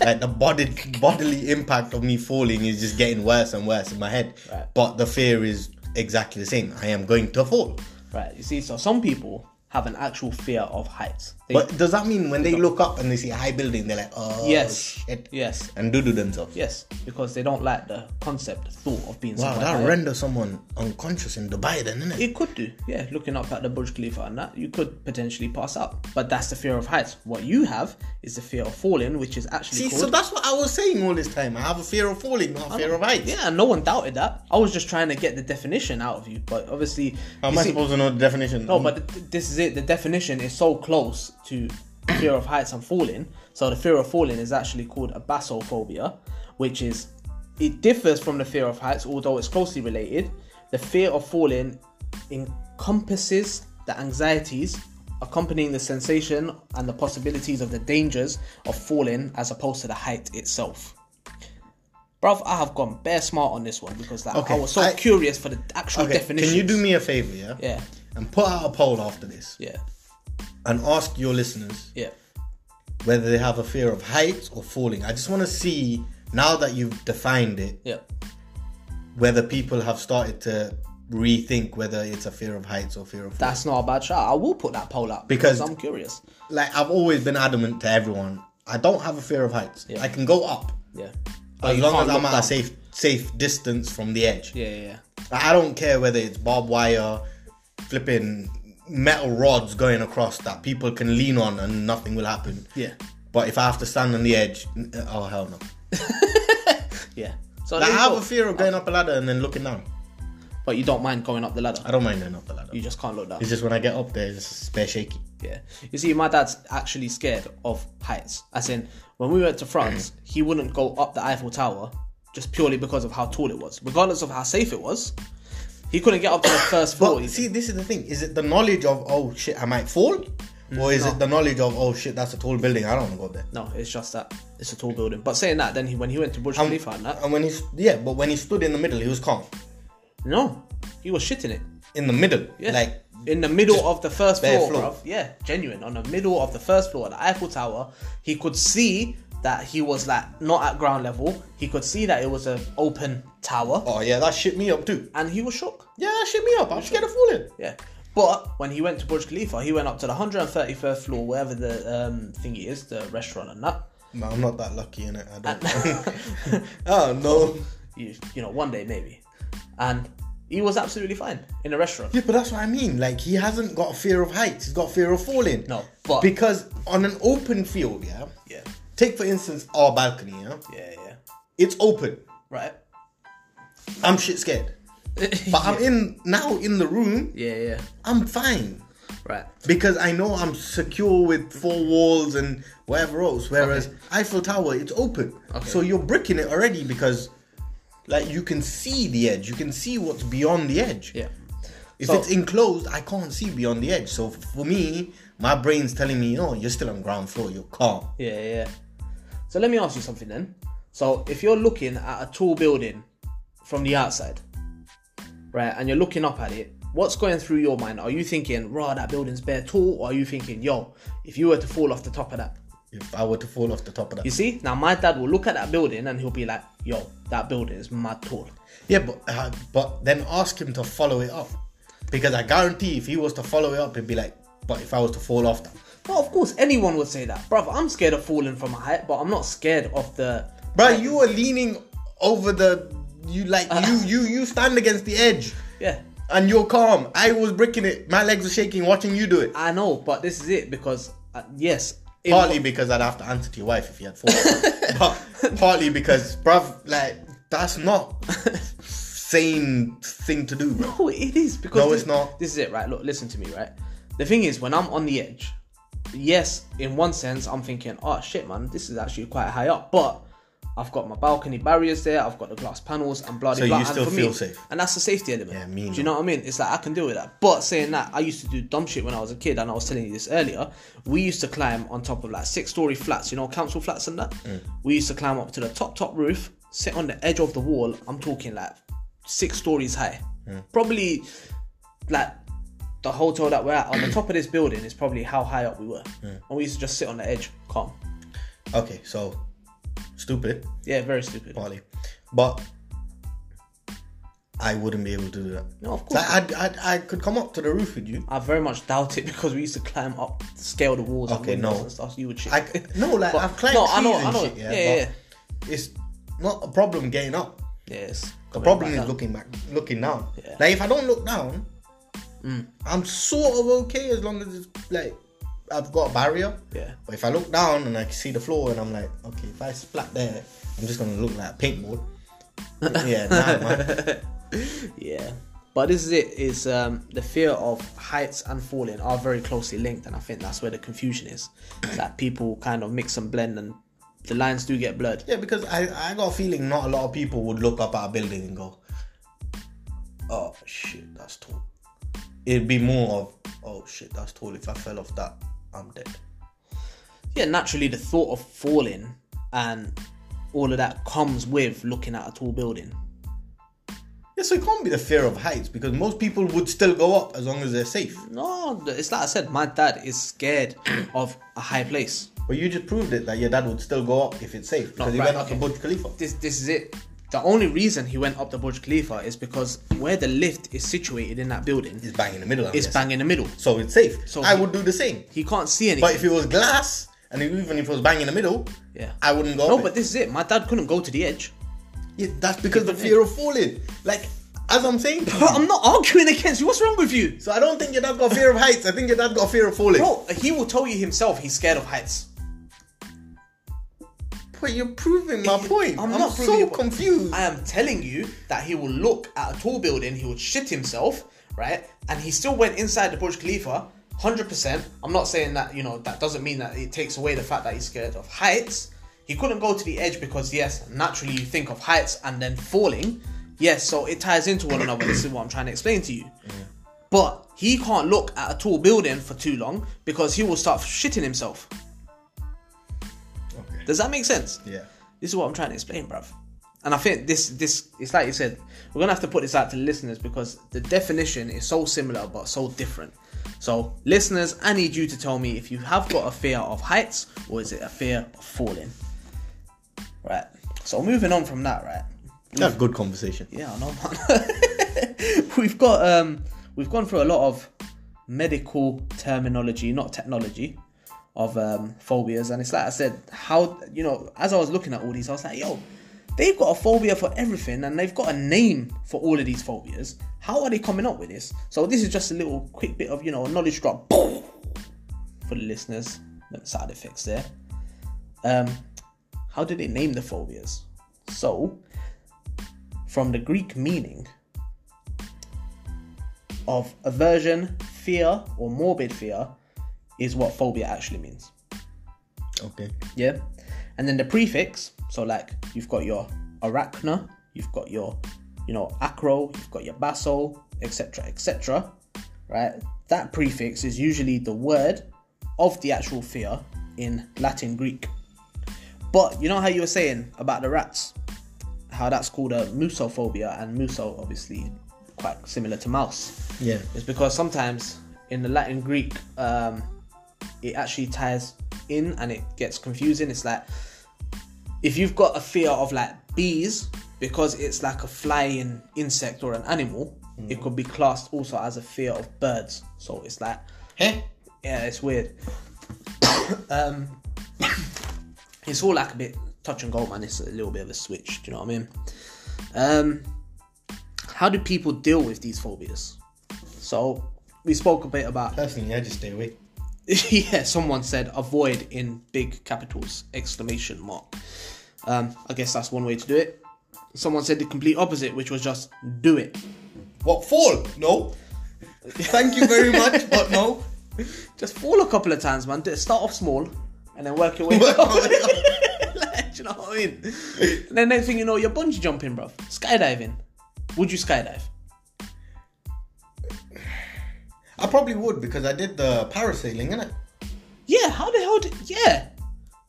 Speaker 2: like the body bodily impact of me falling is just getting worse and worse in my head
Speaker 1: Right.
Speaker 2: but the fear is exactly the same i am going to fall
Speaker 1: Right. You see, so some people have an actual fear of heights. They,
Speaker 2: but does that mean when they look up and they see a high building they're like oh
Speaker 1: yes.
Speaker 2: shit
Speaker 1: Yes.
Speaker 2: and do do themselves
Speaker 1: Yes. Because they don't like the concept, the thought of being
Speaker 2: wow
Speaker 1: somewhere
Speaker 2: that'll
Speaker 1: higher.
Speaker 2: render someone unconscious in dubai then isn't it
Speaker 1: It could do, yeah. Looking up at the Burj Khalifa and that, you could potentially pass out. But that's the fear of heights. What you have is the fear of falling, which is actually
Speaker 2: See,
Speaker 1: called
Speaker 2: so that's what I was saying all this time. I have a fear of falling, not a fear of heights.
Speaker 1: Yeah, no one doubted that. I was just trying to get the definition out of you, but obviously,
Speaker 2: How am
Speaker 1: you
Speaker 2: I
Speaker 1: see-
Speaker 2: supposed to know the definition?
Speaker 1: no. Oh, But th- th- this is it. The definition is so close to the fear of heights and falling. So the fear of falling is actually called abasophobia, which is it differs from the fear of heights, although it's closely related. The fear of falling encompasses the anxieties accompanying the sensation and the possibilities of the dangers of falling as opposed to the height itself. Bruv, I have gone bare smart on this one because like, I
Speaker 2: Okay,
Speaker 1: was so
Speaker 2: I-
Speaker 1: curious for the actual
Speaker 2: okay,
Speaker 1: definition.
Speaker 2: Can you do me a favor, yeah?
Speaker 1: Yeah,
Speaker 2: And put out a poll after this
Speaker 1: yeah,
Speaker 2: and ask your listeners
Speaker 1: yeah.
Speaker 2: whether they have a fear of heights or falling. I just want to see now that you've defined it,
Speaker 1: Yeah.
Speaker 2: whether people have started to rethink whether it's a fear of heights or fear of falling.
Speaker 1: That's not a bad shot. I will put that poll up
Speaker 2: Because-
Speaker 1: I'm curious.
Speaker 2: like I've always been adamant to everyone. I don't have a fear of heights.
Speaker 1: Yeah.
Speaker 2: I can go up
Speaker 1: Yeah.
Speaker 2: as
Speaker 1: you
Speaker 2: long
Speaker 1: can't
Speaker 2: as I'm
Speaker 1: look
Speaker 2: at a
Speaker 1: down.
Speaker 2: safe safe distance from the edge.
Speaker 1: Yeah, yeah, yeah.
Speaker 2: I don't care whether it's barbed wire, flipping metal rods going across that people can lean on and nothing will happen.
Speaker 1: Yeah.
Speaker 2: But if I have to stand on the edge, n- oh hell no.
Speaker 1: Yeah. So
Speaker 2: Like, I
Speaker 1: there you
Speaker 2: have
Speaker 1: go.
Speaker 2: a fear of going up a ladder and then looking down.
Speaker 1: but you don't mind going up the ladder.
Speaker 2: I don't mind going up the ladder.
Speaker 1: You just can't look down.
Speaker 2: It's just when I get up there, it's just bare shaky.
Speaker 1: Yeah. You see, my dad's actually scared of heights. As in, when we went to France, he wouldn't go up the Eiffel Tower just purely because of how tall it was. Regardless of how safe it was, he couldn't get up to the first floor.
Speaker 2: But see, this is the thing: is it the knowledge of oh shit, I might fall, or is it the knowledge of oh shit, that's a tall building, I don't want to go up there.
Speaker 1: no, it's just that it's a tall building. But saying that, then he, when he went to Burj Khalifa and that,
Speaker 2: And when he's yeah, but when he stood in the middle, he was calm.
Speaker 1: no, he was shitting it.
Speaker 2: In the middle,
Speaker 1: Yeah.
Speaker 2: like
Speaker 1: in the middle of the first
Speaker 2: bare
Speaker 1: floor,
Speaker 2: floor.
Speaker 1: bruv. Yeah, genuine. On the middle of the first floor, of the Eiffel Tower, he could see that he was like not at ground level. He could see that it was an open tower,
Speaker 2: oh yeah, that shit me up too.
Speaker 1: and he was shook.
Speaker 2: Yeah, that shit me up. I'm scared of falling.
Speaker 1: Yeah. But when he went to Burj Khalifa, he went up to the 131st floor, wherever the um, thingy is, the restaurant and that.
Speaker 2: No, I'm not that lucky in it. I don't. oh no.
Speaker 1: You, you know, one day maybe. And he was absolutely fine in the restaurant.
Speaker 2: Yeah, but that's what I mean. Like he hasn't got a fear of heights. He's got fear of falling.
Speaker 1: No, but-
Speaker 2: because on an open field, yeah.
Speaker 1: Yeah.
Speaker 2: Take for instance our balcony, yeah.
Speaker 1: Yeah, yeah.
Speaker 2: It's open.
Speaker 1: Right?
Speaker 2: I'm shit scared. But I'm in now in the room.
Speaker 1: yeah, yeah.
Speaker 2: I'm fine
Speaker 1: Right.
Speaker 2: because I know I'm secure with four walls and whatever else. Whereas
Speaker 1: Okay.
Speaker 2: Eiffel Tower, it's open,
Speaker 1: Okay.
Speaker 2: so you're bricking it already because, like, you can see the edge. You can see what's beyond the edge.
Speaker 1: Yeah.
Speaker 2: If
Speaker 1: So-
Speaker 2: it's enclosed, I can't see beyond the edge. So for me, my brain's telling me, no, you're still on ground floor. You're calm.
Speaker 1: Yeah, yeah. So let me ask you something then. So if you're looking at a tall building from the outside, right, and you're looking up at it, what's going through your mind? Are you thinking, "Raw, that building's bare tall," or are you thinking, "Yo, if you were to fall off the top of that,
Speaker 2: If I were to fall off the top of
Speaker 1: You
Speaker 2: that,
Speaker 1: see, now my dad will look at that building and he'll be like, "Yo, that building is mad tall."
Speaker 2: yeah, but uh, but then ask him to follow it up, because I guarantee if he was to follow it up, it'd be like, but if I was to fall off that,
Speaker 1: Well, of course, anyone would say that, brother. I'm scared of falling from a height, but I'm not scared of the.
Speaker 2: bro, you were leaning over the, you like you you you stand against the edge,
Speaker 1: Yeah,
Speaker 2: and you're calm. I was bricking it. My legs were shaking watching you do it.
Speaker 1: I know, but this is it because uh, yes, it
Speaker 2: Partly
Speaker 1: wa-
Speaker 2: because I'd have to answer to your wife if you had four. but partly because, bruv, like, that's not sane thing to do, bro.
Speaker 1: no, it is because
Speaker 2: No,
Speaker 1: this,
Speaker 2: it's not.
Speaker 1: This is it, right? Look, listen to me, right? The thing is, when I'm on the edge, yes, in one sense, I'm thinking, "Oh shit, man, this is actually quite high up," but. I've got my balcony barriers there. I've got the glass panels and bloody.
Speaker 2: So you
Speaker 1: blah,
Speaker 2: still
Speaker 1: and for
Speaker 2: feel
Speaker 1: me,
Speaker 2: safe?
Speaker 1: and that's the safety element.
Speaker 2: Yeah, me
Speaker 1: Do you know what I mean? It's like I can deal with that. But saying that, I used to do dumb shit when I was a kid, and I was telling you this earlier. We used to climb on top of like six-story flats, you know, council flats and that.
Speaker 2: Mm.
Speaker 1: We used to climb up to the top top roof, sit on the edge of the wall. I'm talking like six stories high,
Speaker 2: Mm.
Speaker 1: probably like the hotel that we're at on the top of this building is probably how high up we were,
Speaker 2: Mm.
Speaker 1: and we used to just sit on the edge, calm.
Speaker 2: Okay, so stupid,
Speaker 1: Yeah, very stupid.
Speaker 2: partly, but I wouldn't be able to do that.
Speaker 1: No, of course.
Speaker 2: Like, I'd, I'd, I could come up to the roof with you.
Speaker 1: I very much doubt it because we used to climb up, scale the walls,
Speaker 2: Okay,
Speaker 1: and windows
Speaker 2: no.
Speaker 1: and stuff. You would shit.
Speaker 2: I, no, like
Speaker 1: But-
Speaker 2: I've climbed
Speaker 1: no,
Speaker 2: trees
Speaker 1: I know,
Speaker 2: and
Speaker 1: I know.
Speaker 2: shit. Yeah,
Speaker 1: Yeah,
Speaker 2: but It's not a problem getting up.
Speaker 1: yes.
Speaker 2: The problem is looking back, looking down.
Speaker 1: Yeah. Mm.
Speaker 2: Like if I don't look down, I'm sort of okay as long as it's like I've got a barrier.
Speaker 1: Yeah.
Speaker 2: But if I look down and I can see the floor and I'm like, okay, if I splat there, I'm just gonna look like a paintball. yeah, nah, man.
Speaker 1: Yeah. But this is it. Is um, the fear of heights and falling are very closely linked, and I think that's where the confusion is. that people kind of mix and blend, and the lines do get blurred.
Speaker 2: Yeah, because I, I got a feeling not a lot of people would look up at a building and go, oh shit, that's tall. It'd be more of, oh shit, that's tall. If I fell off that, I'm dead.
Speaker 1: Yeah, naturally, the thought of falling and all of that comes with looking at a tall building.
Speaker 2: Yeah, so it can't be the fear of heights because most people would still go up as long as they're safe.
Speaker 1: No, it's like I said, my dad is scared of a high place.
Speaker 2: But you just proved it that your dad would still go up if it's safe because he
Speaker 1: right,
Speaker 2: went up
Speaker 1: okay.
Speaker 2: to Burj Khalifa.
Speaker 1: this this is it. The only reason he went up the Burj Khalifa is because where the lift is situated in that building
Speaker 2: It's bang in the middle. I'm
Speaker 1: is
Speaker 2: guessing.
Speaker 1: bang in the middle.
Speaker 2: So it's safe.
Speaker 1: So
Speaker 2: I
Speaker 1: he-
Speaker 2: would do the same.
Speaker 1: He can't see anything.
Speaker 2: But if it was glass and even if it was bang in the middle,
Speaker 1: yeah.
Speaker 2: I wouldn't go.
Speaker 1: no,
Speaker 2: up
Speaker 1: but
Speaker 2: it.
Speaker 1: this is it. My dad couldn't go to the edge.
Speaker 2: Yeah, that's because the fear of falling. Like as I'm saying, to
Speaker 1: But
Speaker 2: you.
Speaker 1: I'm not arguing against you. What's wrong with you?
Speaker 2: so I don't think your dad got fear of heights. I think your dad got fear of falling.
Speaker 1: Bro, he will tell you himself he's scared of heights.
Speaker 2: But you're proving my point. I'm,
Speaker 1: not proving
Speaker 2: so
Speaker 1: your point.
Speaker 2: confused.
Speaker 1: I am telling you that he will look at a tall building, he will shit himself, right? And he still went inside the Burj Khalifa, 100%. I'm not saying that, you know, that doesn't mean that it takes away the fact that he's scared of heights. He couldn't go to the edge because, yes, naturally you think of heights and then falling. Yes, so it ties into one another. this is what I'm trying to explain to you. But he can't look at a tall building for too long because he will start shitting himself.
Speaker 2: Okay.
Speaker 1: Does that make sense?
Speaker 2: Yeah.
Speaker 1: This is what I'm trying to explain, bruv. And I think this this it's like you said, we're gonna have to put this out to the listeners because the definition is so similar but so different. So listeners, I need you to tell me if you have got a fear of heights or is it a fear of falling. Right. So moving on from that, right?
Speaker 2: That's good conversation.
Speaker 1: Yeah, I know man. we've got um we've gone through a lot of medical terminology, not technology, of um phobias and it's like I said, how you know, as I was looking at all these, I was like, yo, they've got a phobia for everything and they've got a name for all of these phobias. How are they coming up with this? So this is just a little quick bit of, you know, a knowledge drop for the listeners. No Side effects there. Um how do they name the phobias? So, from the Greek meaning of aversion, fear, or morbid fear, is what phobia actually means.
Speaker 2: Okay.
Speaker 1: Yeah. And then the prefix, so like you've got your arachna, you've got your, you know, acro, you've got your basso, etc., etc. Right? That prefix is usually the word of the actual fear in Latin Greek. But you know how you were saying about the rats, how that's called a musophobia, and muso obviously quite similar to mouse.
Speaker 2: Yeah.
Speaker 1: It's because sometimes in the Latin Greek, um, it actually ties in and it gets confusing. It's like if you've got a fear of like bees because it's like a flying insect or an animal, it could be classed also as a fear of birds. So it's like,
Speaker 2: Hey.
Speaker 1: yeah, it's weird. um, it's all like a bit touch and go, man. It's a little bit of a switch. Do you know what I mean? Um, how do people deal with these phobias? So we spoke a bit about
Speaker 2: Personally, I just stay away.
Speaker 1: yeah, someone said avoid in big capitals exclamation mark. Um, I guess that's one way to do it. Someone said the complete opposite, which was just do it.
Speaker 2: What fall? No. Thank you very much, but no.
Speaker 1: Just fall a couple of times, man. Do- Start off small and then work your way
Speaker 2: Work
Speaker 1: up.
Speaker 2: my way
Speaker 1: Like, do you know what I mean? And then next thing you know, you're bungee jumping, bruv. Skydiving. Would you skydive?
Speaker 2: I probably would because I did the parasailing, innit?
Speaker 1: Yeah. How the hell? Did, yeah.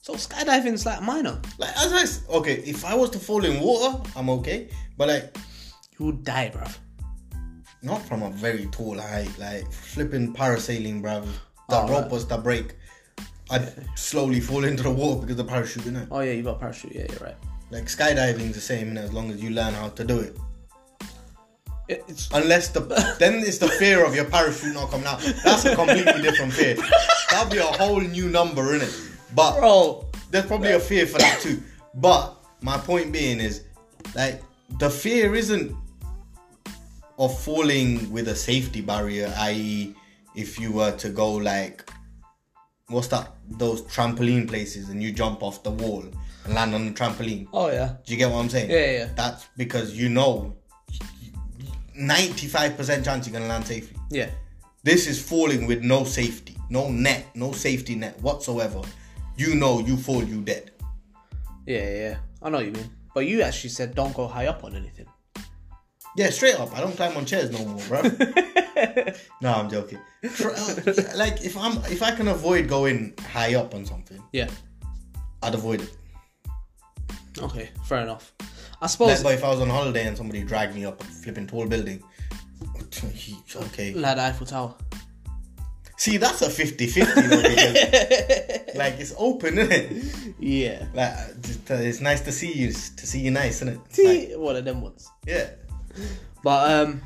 Speaker 1: So skydiving's like minor.
Speaker 2: Like as I s- okay, if I was to fall in water, I'm okay. But like
Speaker 1: You would die, bruv.
Speaker 2: not from a very tall height, like flipping parasailing, bruv. That
Speaker 1: Oh,
Speaker 2: rope
Speaker 1: right.
Speaker 2: was the break. I'd slowly fall into the water because the parachute, innit?
Speaker 1: Oh yeah, you got a parachute. Yeah, you're right.
Speaker 2: Like skydiving's the same, innit? As long as you learn how to do it.
Speaker 1: It- it's
Speaker 2: Unless the then it's the fear of your parachute not coming out. That's a completely different fear. That'll be a whole new number, innit? But
Speaker 1: bro.
Speaker 2: there's probably a fear for that too. But my point being is, like, the fear isn't of falling with a safety barrier, i.e., if you were to go like, what's that? Those trampoline places, and you jump off the wall and land on the trampoline.
Speaker 1: Oh yeah.
Speaker 2: Do you get what I'm saying?
Speaker 1: Yeah, yeah, yeah.
Speaker 2: That's because you know, 95% chance you're gonna land safely.
Speaker 1: Yeah.
Speaker 2: This is falling with no safety, no net, no safety net whatsoever. You know, you fall, you dead.
Speaker 1: Yeah, yeah, yeah. I know what you mean. But you actually said don't go high up on anything.
Speaker 2: Yeah, straight up. I don't climb on chairs no more, bro. no, I'm joking. Tr- Like if I'm if I can avoid going high up on something,
Speaker 1: Yeah.
Speaker 2: I'd avoid it.
Speaker 1: Okay, fair enough. I
Speaker 2: Like,
Speaker 1: suppose
Speaker 2: but if I was on holiday and somebody dragged me up a flipping tall building, okay.
Speaker 1: like the Eiffel Tower.
Speaker 2: See, that's a 50-50 though, because, like it's open, isn't it?
Speaker 1: Yeah.
Speaker 2: Like it's- it's nice to see you, to see you nice, isn't it? Like,
Speaker 1: See, one of them ones.
Speaker 2: yeah.
Speaker 1: But um,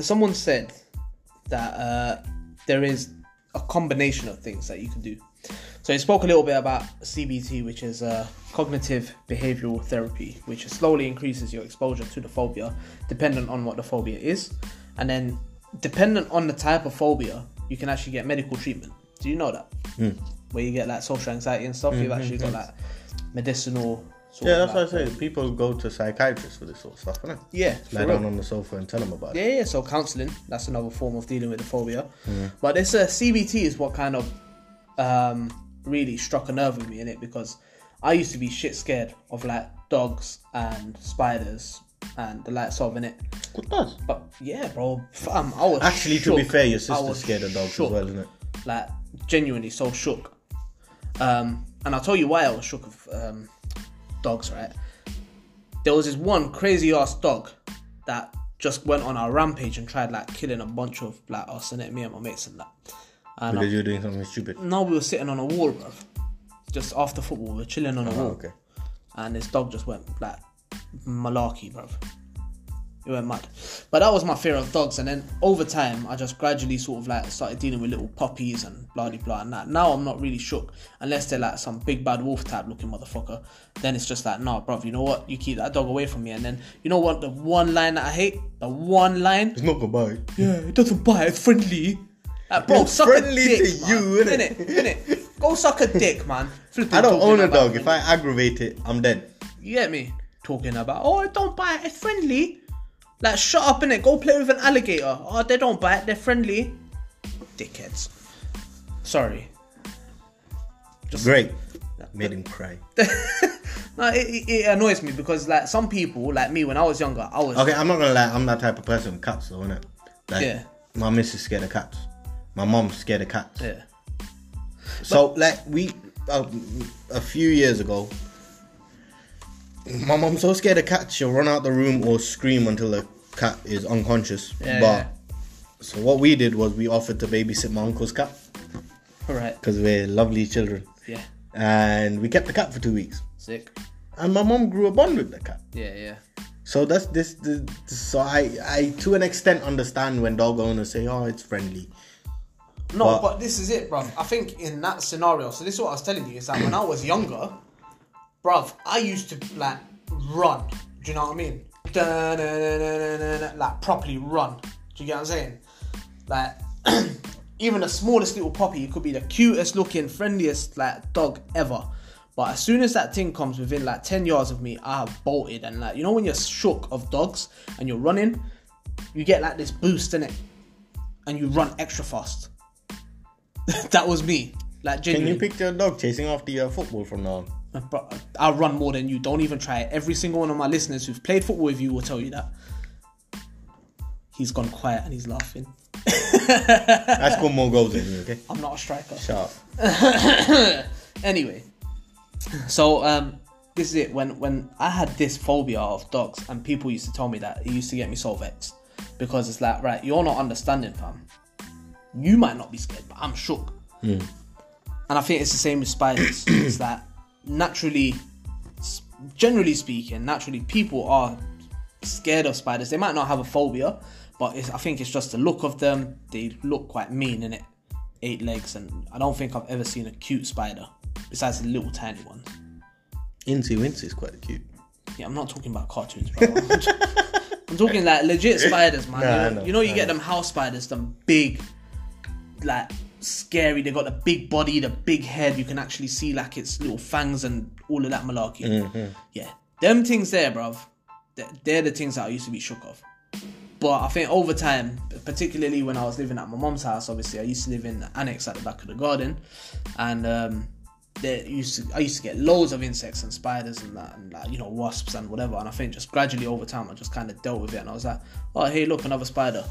Speaker 1: someone said that uh, there is a combination of things that you can do. So he spoke a little bit about CBT, which is uh, cognitive behavioral therapy, which slowly increases your exposure to the phobia, dependent on what the phobia is, and then dependent on the type of phobia, you can actually get medical treatment. Do you know that?
Speaker 2: Hmm.
Speaker 1: Where you get like social anxiety and stuff,
Speaker 2: Mm-hmm.
Speaker 1: you've actually got like medicinal. Sort of, like-
Speaker 2: I say. People go to psychiatrists for this sort of stuff, innit?
Speaker 1: Yeah, for real.
Speaker 2: on the sofa and tell them about
Speaker 1: Yeah, yeah, so counselling, that's another form of dealing with the phobia. But this uh, CBT is what kind of um, really struck a nerve with me in it because I used to be shit scared of like dogs and spiders and the likes of in it.
Speaker 2: It does.
Speaker 1: But yeah, bro, fam, I was
Speaker 2: Actually, to be
Speaker 1: shook.
Speaker 2: fair, your
Speaker 1: I
Speaker 2: sister's
Speaker 1: was
Speaker 2: scared of dogs
Speaker 1: shook.
Speaker 2: as well, isn't it?
Speaker 1: Like genuinely so shook. Um, and I'll tell you why I was shook of um, dogs, right? There was this one crazy ass dog that just went on our rampage and tried like killing a bunch of like us and it, me and my mates and that. And
Speaker 2: Because you're doing something stupid.
Speaker 1: now we were sitting on a wall, bro. Just after football, we are chilling on a wall,
Speaker 2: okay.
Speaker 1: and this dog just went like malarkey, bro. It went mad. But that was my fear of dogs, and then over time, I just gradually sort of like started dealing with little puppies and blah de blah and that. Now I'm not really shook unless they're like some big bad wolf type looking motherfucker. Then it's just like, nah, bruv, you know what? You keep that dog away from me, and then you know what? The one line that I hate, the one line,
Speaker 2: It's not goodbye.
Speaker 1: yeah, it doesn't bite. It's friendly. Like, bro,
Speaker 2: It's
Speaker 1: suck
Speaker 2: friendly
Speaker 1: a dick,
Speaker 2: to
Speaker 1: man.
Speaker 2: you, innit?
Speaker 1: Innit? Innit? Go suck a dick, man. Flipping
Speaker 2: I don't
Speaker 1: talking
Speaker 2: own a
Speaker 1: about
Speaker 2: dog. If I
Speaker 1: friendly.
Speaker 2: aggravate it, I'm dead.
Speaker 1: you get me. talking about, oh, don't bite, it's friendly. Like, shut up in it. Go play with an alligator. Oh, they don't bite. They're friendly. Dickheads. Sorry. Just-
Speaker 2: Great. Made him cry.
Speaker 1: No, it, it, it annoys me because like some people, like me, when I was younger, I was
Speaker 2: Okay, I'm not gonna lie, I'm that type of person with cats though, innit? Like,
Speaker 1: Yeah.
Speaker 2: My missus scared of cats. My mom's scared of cats.
Speaker 1: yeah,
Speaker 2: So like we uh, a few years ago, my mom's so scared of cats she'll run out the room or scream until the cat is unconscious.
Speaker 1: Yeah,
Speaker 2: but
Speaker 1: yeah.
Speaker 2: so what we did was we offered to babysit my uncle's cat
Speaker 1: all right,
Speaker 2: because we're lovely children,
Speaker 1: yeah,
Speaker 2: and we kept the cat for two weeks.
Speaker 1: sick,
Speaker 2: And my mom grew a bond with the cat.
Speaker 1: yeah, yeah,
Speaker 2: So that's this. The, so I, I to an extent understand when dog owners say, "Oh, it's friendly."
Speaker 1: No,
Speaker 2: But-
Speaker 1: but, this is it, bruv. I think in that scenario, so this is what I was telling you is that when I was younger, bruv, I used to like run. Do you know what I mean? Da-na-na-na-na-na, Like properly run. Do you get what I'm saying? Like even the smallest little puppy, it could be the cutest looking, friendliest like dog ever. But as soon as that thing comes within like 10 yards of me, I have bolted and like you know when you're shook of dogs and you're running, you get like this boost in it and you run extra fast. that was me. Like
Speaker 2: Can
Speaker 1: genuinely,
Speaker 2: you picture a dog chasing after your football from now on?
Speaker 1: Bro, I run more than you. Don't even try it. Every single one of my listeners who've played football with you will tell you that. He's gone quiet and he's laughing.
Speaker 2: I score more goals than you. Okay,
Speaker 1: I'm not a striker.
Speaker 2: sharp.
Speaker 1: anyway, so um, this is it. When when I had this phobia of dogs, and people used to tell me that it used to get me so vexed because it's like, right, you're not understanding, fam. You might not be scared, but I'm shook. And I think it's the same with spiders. it's that naturally, s- generally speaking, naturally people are scared of spiders. They might not have a phobia, but it's, I think it's just the look of them. They look quite mean in it. Eight legs, and I don't think I've ever seen a cute spider besides the little tiny ones.
Speaker 2: Incy Wincy is quite cute.
Speaker 1: Yeah, I'm not talking about cartoons, bro. I'm talking like legit spiders, man.
Speaker 2: Nah,
Speaker 1: you, know,
Speaker 2: I know,
Speaker 1: you know, you
Speaker 2: I
Speaker 1: get
Speaker 2: know.
Speaker 1: them house spiders, them big, like scary. They got the big body, the big head. You can actually see like its little fangs and all of that malarkey.
Speaker 2: Mm-hmm.
Speaker 1: Yeah, them things there, bruv. th- They're the things that I used to be shook of. But I think over time, particularly when I was living at my mom's house, obviously I used to live in the annex at the back of the garden, and um, there used to I used to get loads of insects and spiders and that, and like, you know wasps and whatever. And I think just gradually over time, I just kind of dealt with it, and I was like, oh hey look another spider,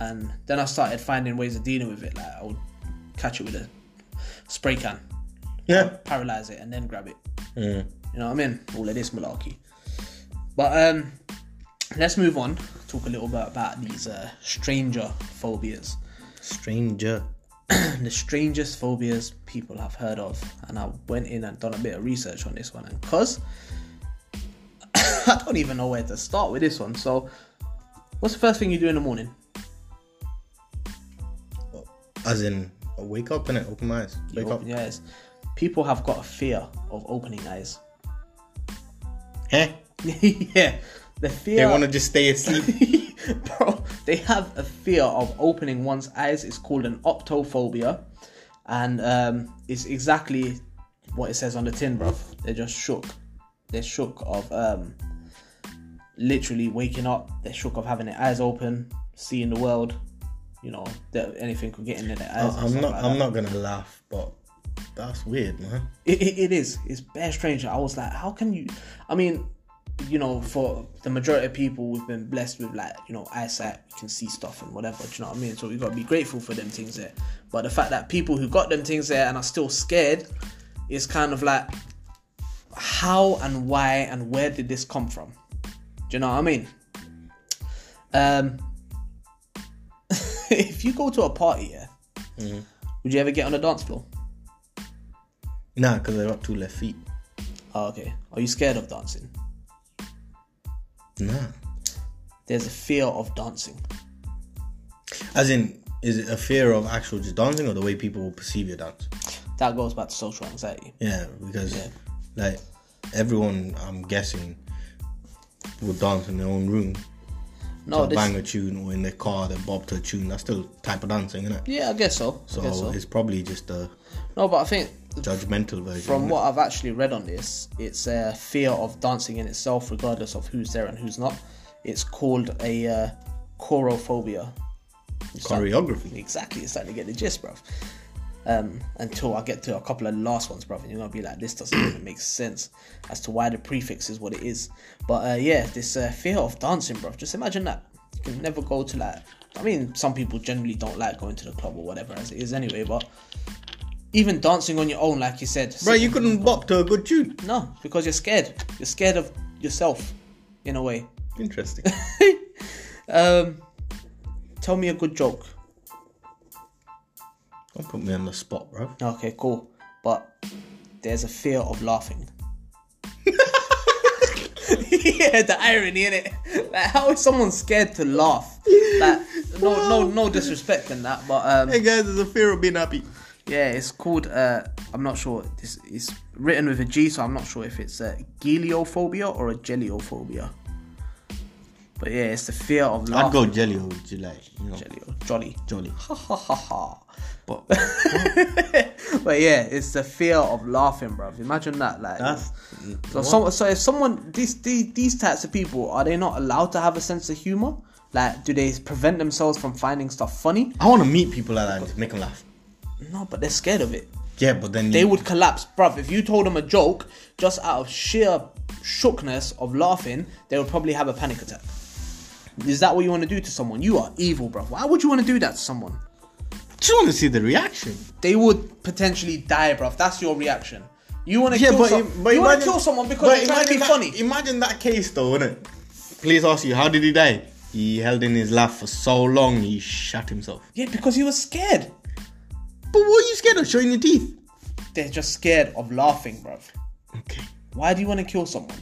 Speaker 1: and then I started finding ways of dealing with it. Like I would catch it with a spray can,
Speaker 2: Yeah.
Speaker 1: paralyze it, and then grab it.
Speaker 2: Mm.
Speaker 1: You know what I mean? All of this malarkey. But um, let's move on. Talk a little bit about these uh, stranger phobias,
Speaker 2: Stranger.
Speaker 1: the strangest phobias people have heard of. And I went in and done a bit of research on this one, and cause I don't even know where to start with this one. So, what's the first thing you do in the morning?
Speaker 2: As in, I wake up and I open my eyes. Wake
Speaker 1: You
Speaker 2: up.
Speaker 1: open your eyes. People have got a fear of opening eyes.
Speaker 2: Eh?
Speaker 1: yeah, the fear.
Speaker 2: They want to just stay asleep.
Speaker 1: Bro, they have a fear of opening one's eyes. It's called an optophobia, and um, it's exactly what it says on the tin, bro. They're just shook. They're shook of um, literally waking up. They're shook of having their eyes open, seeing the world. You know that anything could get into their eyes. and
Speaker 2: I'm
Speaker 1: stuff
Speaker 2: not.
Speaker 1: like
Speaker 2: I'm
Speaker 1: that.
Speaker 2: not gonna laugh, but that's weird, man.
Speaker 1: It, it, it is. It's bare strange. I was like, how can you? I mean, you know, for the majority of people, we've been blessed with like, you know, eyesight. We can see stuff and whatever. Do you know what I mean? So we gotta be grateful for them things there. But the fact that people who got them things there and are still scared is kind of like, how and why and where did this come from? Do you know what I mean? Um, if you go to a party, yeah, would you ever get on the dance floor?
Speaker 2: Nah, because I got two left feet.
Speaker 1: Oh, okay. Are you scared of dancing?
Speaker 2: Nah.
Speaker 1: There's a fear of dancing.
Speaker 2: As in, is it a fear of actual just dancing or the way people will perceive your dance?
Speaker 1: That goes back to social anxiety.
Speaker 2: Yeah, because
Speaker 1: Yeah.
Speaker 2: like everyone, I'm guessing, will dance in their own room.
Speaker 1: No,
Speaker 2: They'll
Speaker 1: this.
Speaker 2: bang a tune or in their car they bob to a tune. That's still type of dancing, isn't it?
Speaker 1: Yeah, I guess so. I
Speaker 2: So,
Speaker 1: guess so.
Speaker 2: it's probably just a
Speaker 1: No, but I think
Speaker 2: judgmental version.
Speaker 1: From what I've actually read on this, it's a fear of dancing in itself, regardless of who's there and who's not. It's called a uh, chorophobia. It's like-
Speaker 2: choreography.
Speaker 1: exactly, it's starting to get the gist, bruv. Um, until I get to a couple of last ones, bruv, and you're gonna be like, this doesn't even make sense as to why the prefix is what it is. But uh, yeah, this uh, fear of dancing, bruv, just imagine that. You can never go to like, I mean, some people generally don't like going to the club or whatever as it is anyway, but even dancing on your own, like you said,
Speaker 2: Bro, you couldn't bop to a good tune.
Speaker 1: no, because you're scared. You're scared of yourself, in a way.
Speaker 2: Interesting.
Speaker 1: Um, tell me a good joke.
Speaker 2: Don't put me on the spot, bro.
Speaker 1: Okay, cool. But there's a fear of laughing. yeah, the irony in it. Like, how is someone scared to laugh? Like, no, no, no disrespect in that, but um,
Speaker 2: Hey guys, there's a fear of being happy.
Speaker 1: yeah, it's called. Uh, I'm not sure. This it's written with a G, so I'm not sure if it's a geliophobia or a geliophobia. But yeah, it's the fear of
Speaker 2: I'd
Speaker 1: laughing.
Speaker 2: go jelly or July, you know,
Speaker 1: Jelly or jolly.
Speaker 2: jolly.
Speaker 1: Ha ha ha ha.
Speaker 2: But
Speaker 1: But yeah, it's the fear of laughing, bruv. Imagine that, like.
Speaker 2: that's
Speaker 1: So, some, so if someone these, these these types of people are they not allowed to have a sense of humor? Like, do they prevent themselves from finding stuff funny?
Speaker 2: I want to meet people like that and just make them laugh.
Speaker 1: No, but they're scared of it.
Speaker 2: Yeah, but then
Speaker 1: They
Speaker 2: you,
Speaker 1: would collapse, bruv. If you told them a joke just out of sheer shookness of laughing, they would probably have a panic attack. Is that what you want to do to someone? You are evil, bruv. Why would you want to do that to someone?
Speaker 2: just want to see the reaction.
Speaker 1: They would potentially die, bruv. That's your reaction. You want to
Speaker 2: Yeah,
Speaker 1: kill,
Speaker 2: but,
Speaker 1: some-
Speaker 2: im- but
Speaker 1: you want
Speaker 2: imagine,
Speaker 1: to kill someone because
Speaker 2: but
Speaker 1: you're trying to be
Speaker 2: imagine
Speaker 1: funny.
Speaker 2: that- Imagine that case though, innit? Police ask you, how did he die? He held in his laugh for so long, he shut himself.
Speaker 1: Yeah, because he was scared.
Speaker 2: But what are you scared of? Showing your teeth?
Speaker 1: They're just scared of laughing, bruv.
Speaker 2: Okay,
Speaker 1: Why do you want to kill someone?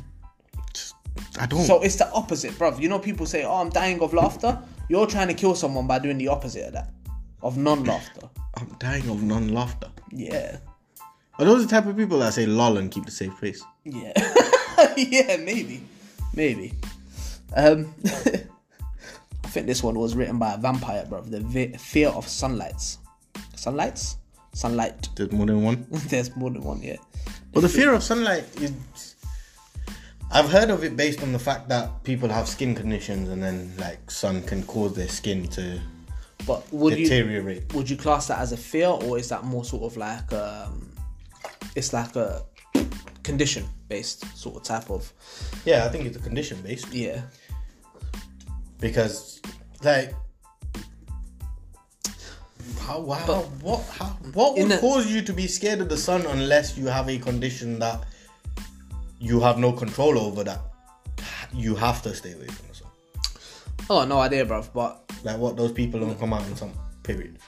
Speaker 2: just, I don't.
Speaker 1: So it's the opposite, bruv. You know, people say, oh, I'm dying of laughter. You're trying to kill someone by doing the opposite of that, of non laughter.
Speaker 2: I'm dying of non-laughter.
Speaker 1: Yeah.
Speaker 2: Are those the type of people that say lol and keep the safe face?
Speaker 1: Yeah. yeah, maybe. Maybe. Um, I think this one was written by a vampire, bruv. The ve- fear of sunlights. Sunlights? Sunlight.
Speaker 2: There's more than one.
Speaker 1: There's more than one, yeah.
Speaker 2: But the fear of sunlight is. I've heard of it based on the fact that people have skin conditions and then, like, sun can cause their skin to
Speaker 1: But would you.
Speaker 2: deteriorate.
Speaker 1: would you class that as a fear or is that more sort of like um it's like a condition based sort of type of
Speaker 2: Yeah, I think it's a condition based.
Speaker 1: yeah
Speaker 2: Because, like. How, wow, what, how, what
Speaker 1: in
Speaker 2: would
Speaker 1: the-
Speaker 2: cause you to be scared of the sun unless you have a condition that you have no control over that you have to stay away from the sun?
Speaker 1: oh no idea bruv but
Speaker 2: Like, what those people don't come out in some period.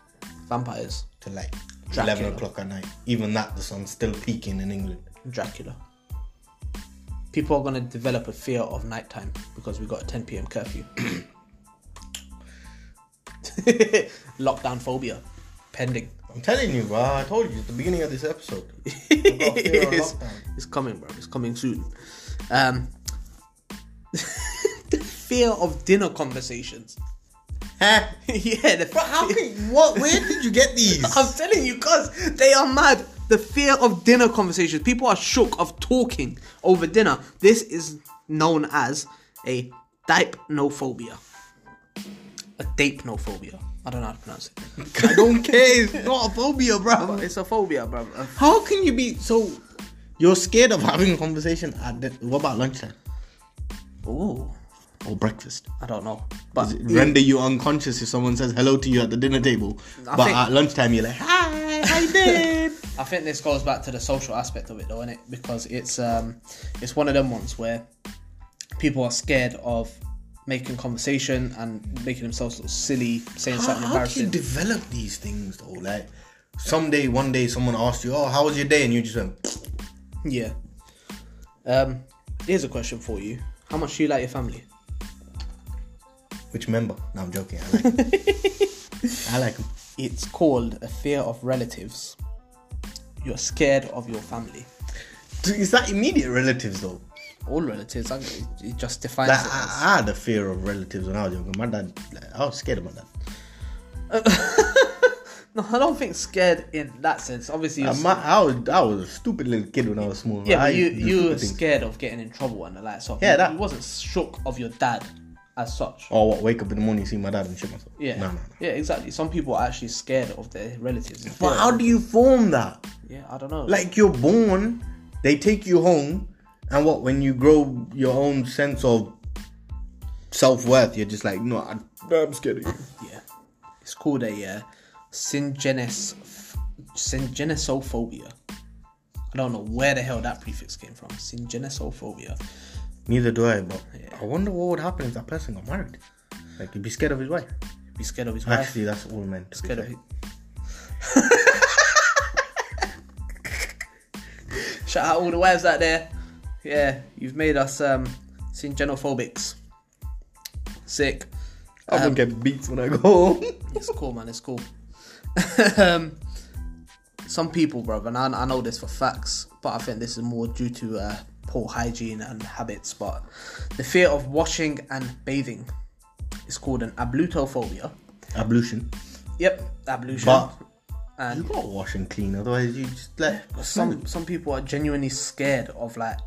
Speaker 1: vampires
Speaker 2: to like
Speaker 1: Dracula.
Speaker 2: 11 o'clock at night. Even that, the sun's still peaking in England.
Speaker 1: Dracula people are going to develop a fear of nighttime because we got a 10 p.m curfew lockdown phobia pending
Speaker 2: I'm telling you, bro, I told you at the beginning of this episode. I've got fear of
Speaker 1: it's,
Speaker 2: lockdown.
Speaker 1: it's coming, bro. It's coming soon. Um, the fear of dinner conversations.
Speaker 2: Huh?
Speaker 1: yeah, the
Speaker 2: Bro, how can, what, where did you get these?
Speaker 1: I'm telling you, cuz they are mad. The fear of dinner conversations. People are shook of talking over dinner. This is known as a dipnophobia. A dapnophobia. I don't know how to pronounce it.
Speaker 2: I don't care. It's not a phobia, bro.
Speaker 1: It's a phobia, bro. A
Speaker 2: How can you be so. You're scared of having a conversation at the, What about lunchtime?
Speaker 1: f- Ooh,
Speaker 2: Or breakfast?
Speaker 1: I don't know. But
Speaker 2: Does it render you unconscious if someone says hello to you at the dinner table?
Speaker 1: I
Speaker 2: but
Speaker 1: think-
Speaker 2: at lunchtime, you're like, hi, how you doing?
Speaker 1: I think this goes back to the social aspect of it, though, innit? Because it's um, it's one of them ones where people are scared of making conversation and making themselves look silly, saying
Speaker 2: How,
Speaker 1: something
Speaker 2: how can you
Speaker 1: embarrassing.
Speaker 2: develop these things though? Like someday, one day, someone asks you, "Oh, how was your day?" and you just went,
Speaker 1: yeah. Um, here's a question for you: How much do you like your family?
Speaker 2: "Which member?" No, I'm joking. I like. 'em. I like 'em.
Speaker 1: It's called a fear of relatives. You're scared of your family.
Speaker 2: So Is that immediate relatives though?
Speaker 1: All relatives, I- it just defines
Speaker 2: Like,
Speaker 1: it
Speaker 2: I,
Speaker 1: as.
Speaker 2: I had a fear of relatives when I was younger. My dad, like, I was scared of my dad.
Speaker 1: No, I don't think scared in that sense. Obviously, you're
Speaker 2: Uh, my, I, was, I was a stupid little kid when I was small.
Speaker 1: Yeah,
Speaker 2: I
Speaker 1: but you
Speaker 2: used to do
Speaker 1: you were
Speaker 2: stupid things.
Speaker 1: scared of getting in trouble and the likes of.
Speaker 2: Yeah,
Speaker 1: you,
Speaker 2: that-
Speaker 1: you wasn't shook of your dad as such.
Speaker 2: Or what, Oh, wake up in the morning, see my dad and shit myself.
Speaker 1: Yeah,
Speaker 2: No, no, no.
Speaker 1: yeah, exactly. Some people are actually scared of their relatives. and
Speaker 2: But
Speaker 1: fear
Speaker 2: how
Speaker 1: of-
Speaker 2: do you form that?
Speaker 1: yeah, I don't know.
Speaker 2: Like you're born, they take you home, and what when you grow your own sense of self worth, you're just like, no, I, I'm scared of you.
Speaker 1: yeah, it's called a uh, syngenes syngenesophobia. I don't know where the hell that prefix came from. Syngenesophobia.
Speaker 2: Neither do I, but I wonder what would happen if that person got married. Like you'd be scared of his wife.
Speaker 1: Be scared of his wife.
Speaker 2: Actually, that's all men. to be
Speaker 1: scared of
Speaker 2: fair.
Speaker 1: his. Shout out all the wives out there. Yeah, you've made us um syngenophobics. Sick.
Speaker 2: I'm gonna get beats when I go home.
Speaker 1: It's cool, man. It's cool. um, some people, brother, and I, I know this for facts, but I think this is more due to uh, poor hygiene and habits. But the fear of washing and bathing is called an ablutophobia.
Speaker 2: Ablution.
Speaker 1: Yep, ablution.
Speaker 2: But
Speaker 1: and
Speaker 2: you gotta wash and clean, otherwise you just like
Speaker 1: some some people are genuinely scared of like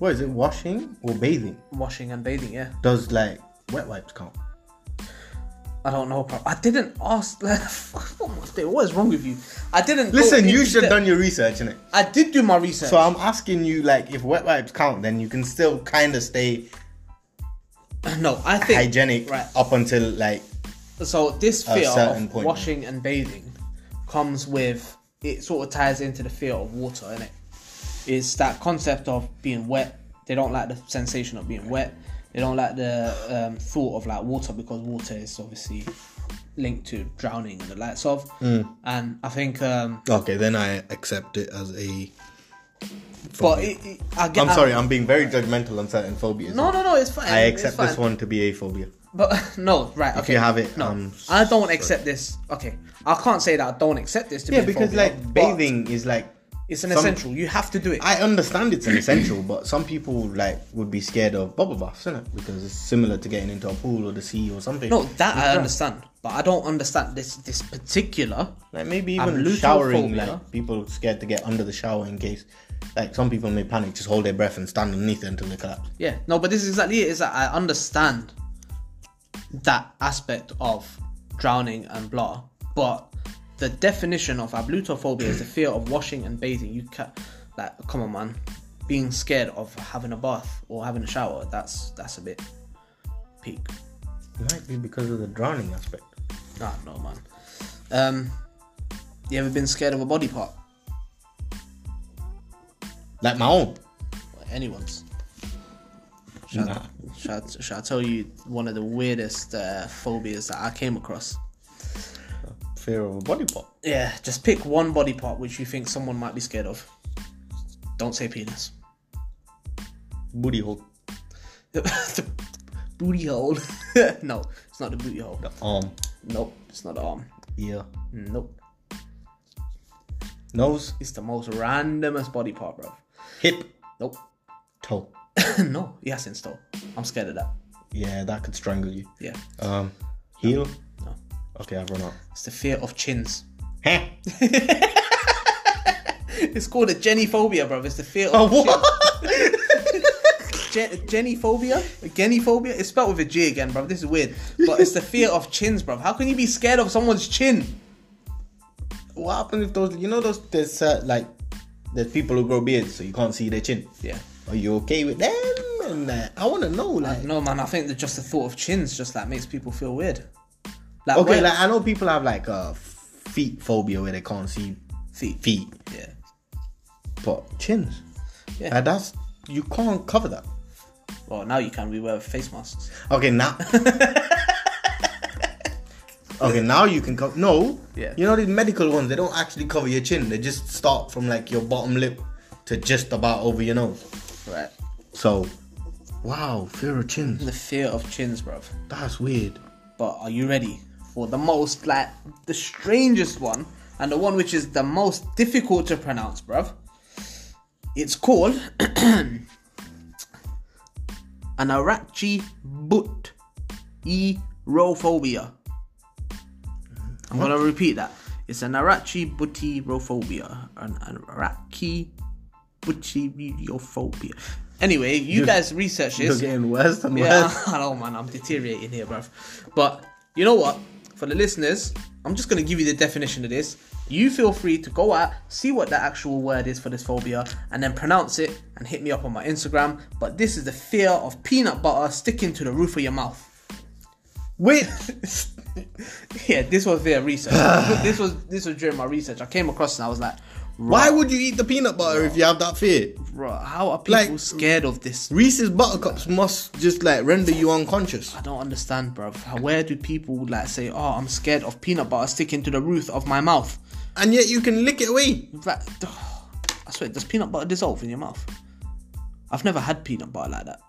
Speaker 2: What is it? Washing or bathing?
Speaker 1: washing and bathing. Yeah,
Speaker 2: Does like wet wipes count?
Speaker 1: Oh, I don't know. Bro. I didn't ask. Like, what the- what is wrong with you? I didn't. go
Speaker 2: Listen, you
Speaker 1: into
Speaker 2: should
Speaker 1: the-
Speaker 2: have done your research, innit?
Speaker 1: I did do my research.
Speaker 2: So I'm asking you, like, if wet wipes count, then you can still kind of stay
Speaker 1: no, I think
Speaker 2: hygienic
Speaker 1: Right.
Speaker 2: up until like
Speaker 1: So this
Speaker 2: A
Speaker 1: fear
Speaker 2: certain
Speaker 1: of
Speaker 2: point.
Speaker 1: washing and bathing comes with it sort of ties into the fear of water, innit? It's that concept of being wet. They don't like the sensation of being wet. They don't like the um, thought of like water because water is obviously linked to drowning and the likes of.
Speaker 2: Hmm.
Speaker 1: And I think, um,
Speaker 2: okay, then I accept it as a.
Speaker 1: but
Speaker 2: phobia.
Speaker 1: it, it, I get.
Speaker 2: I'm sorry, I'm being very judgmental on certain phobias.
Speaker 1: No, no, no. It's fine.
Speaker 2: I
Speaker 1: it's
Speaker 2: accept
Speaker 1: fine.
Speaker 2: this one to be a phobia.
Speaker 1: But no, right. Okay.
Speaker 2: you have it,
Speaker 1: no,
Speaker 2: um,
Speaker 1: I don't accept this. Okay, I can't say that I don't accept this. To
Speaker 2: Yeah,
Speaker 1: be a
Speaker 2: because
Speaker 1: phobia,
Speaker 2: like
Speaker 1: but
Speaker 2: bathing is like
Speaker 1: it's an
Speaker 2: some-
Speaker 1: essential. You have to do it.
Speaker 2: I understand it's an essential, but some people like would be scared of bubble baths, isn't it? Because it's similar to getting into a pool or the sea or something.
Speaker 1: No, that I understand, but I don't understand this this particular.
Speaker 2: Like maybe even
Speaker 1: Ablutophobia.
Speaker 2: showering, like people scared to get under the shower in case, like some people may panic, just hold their breath and stand underneath it until they collapse.
Speaker 1: Yeah, no, but this is exactly it. Is that I understand that aspect of drowning and blah, but the definition of ablutophobia is the fear of washing and bathing. You can like, come on, man, being scared of having a bath or having a shower. That's that's a bit peak.
Speaker 2: It might be because of the drowning aspect.
Speaker 1: Nah, no, man. Um, you ever been scared of a body part?
Speaker 2: Like my own.
Speaker 1: Anyone's?
Speaker 2: Nah.
Speaker 1: Shall I, shall I tell you one of the weirdest uh, phobias that I came across?
Speaker 2: Fear of a body part.
Speaker 1: Yeah, just pick one body part which you think someone might be scared of. Don't say penis.
Speaker 2: Booty hole.
Speaker 1: the booty hole. no, it's not the booty hole.
Speaker 2: The arm.
Speaker 1: Nope, it's not the arm.
Speaker 2: Ear.
Speaker 1: Nope,
Speaker 2: Nose.
Speaker 1: it's the most randomest body part, bro.
Speaker 2: Hip.
Speaker 1: Nope.
Speaker 2: Toe.
Speaker 1: no, yes, in store. I'm scared of that.
Speaker 2: Yeah, that could strangle you.
Speaker 1: Yeah,
Speaker 2: Um, heel.
Speaker 1: no.
Speaker 2: Okay, I've run out.
Speaker 1: It's the fear of chins.
Speaker 2: Heh.
Speaker 1: It's called a genophobia, bro. It's the fear of
Speaker 2: Oh, what?
Speaker 1: Gen- Jennyphobia? Gennyphobia? It's spelled with a G again, bro. This is weird. But it's the fear of chins, bro. How can you be scared of someone's chin?
Speaker 2: what happens if those? You know those? There's uh, like, there's people who grow beards, so you can't see their chin.
Speaker 1: Yeah.
Speaker 2: Are you okay with them? And uh, I want to know, like.
Speaker 1: No, man, I think that just the thought of chins just like makes people feel weird. Like,
Speaker 2: Okay,
Speaker 1: where-
Speaker 2: like I know people have like a feet phobia where they can't see
Speaker 1: feet.
Speaker 2: feet,
Speaker 1: Yeah.
Speaker 2: but chins.
Speaker 1: Yeah.
Speaker 2: Like, that's you can't cover that.
Speaker 1: Well, now you can. We wear face masks.
Speaker 2: Okay, now. okay, now you can cover. No.
Speaker 1: Yeah.
Speaker 2: You know these medical ones, they don't actually cover your chin. They just start from like your bottom lip to just about over your nose.
Speaker 1: Right.
Speaker 2: So, wow, fear of chins.
Speaker 1: The fear of chins, bro.
Speaker 2: That's weird.
Speaker 1: But are you ready for the most, like, the strangest one and the one which is the most difficult to pronounce, bruv? It's called Anarachi But Erophobia. I'm gonna repeat that. It's an Arachi butyrophobia. An Arachi butyrophobia. Anyway, you guys research
Speaker 3: You're
Speaker 1: this.
Speaker 3: getting worse and
Speaker 1: Yeah,
Speaker 3: worse.
Speaker 1: I know, man. I'm deteriorating here, bruv. But you know what? For the listeners, I'm just going to give you the definition of this. You feel free to go out, see what the actual word is for this phobia, and then pronounce it and hit me up on my Instagram. But this is the fear of peanut butter sticking to the roof of your mouth.
Speaker 3: Wait,
Speaker 1: Yeah, this was their research. this was this was during my research. I came across and I was like,
Speaker 3: why
Speaker 1: why,
Speaker 3: would you eat the peanut butter if you have that fear?
Speaker 1: bro? How are people
Speaker 2: Like-
Speaker 1: scared of this?
Speaker 3: Reese's buttercups must just like render you unconscious.
Speaker 1: I don't understand, bro. Where do people like say, "Oh, I'm scared of peanut butter sticking to the roof of my mouth"?
Speaker 3: And yet you can lick it away.
Speaker 1: Like, I swear, does peanut butter dissolve in your mouth? I've never had peanut butter like that.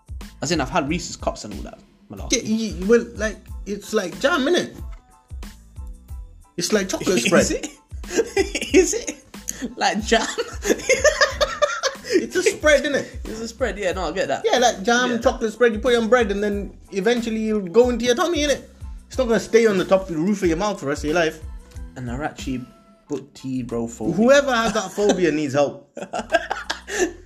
Speaker 1: As in, I've had Reese's cups and all that. malarkey.
Speaker 3: Yeah, you- well, like it's like jam, innit? It's like chocolate spread.
Speaker 1: Is it? Is it like jam?
Speaker 3: It's a spread, innit?
Speaker 1: it's a spread. Yeah, no, I get that.
Speaker 3: Yeah, like jam,
Speaker 1: Yeah.
Speaker 3: chocolate spread. You put it on bread, and then eventually it'll go into your tummy, innit? It's not gonna stay on the top of the roof of your mouth for the rest of your life.
Speaker 1: An Arachi butyrophobia.
Speaker 3: Whoever has that phobia needs help.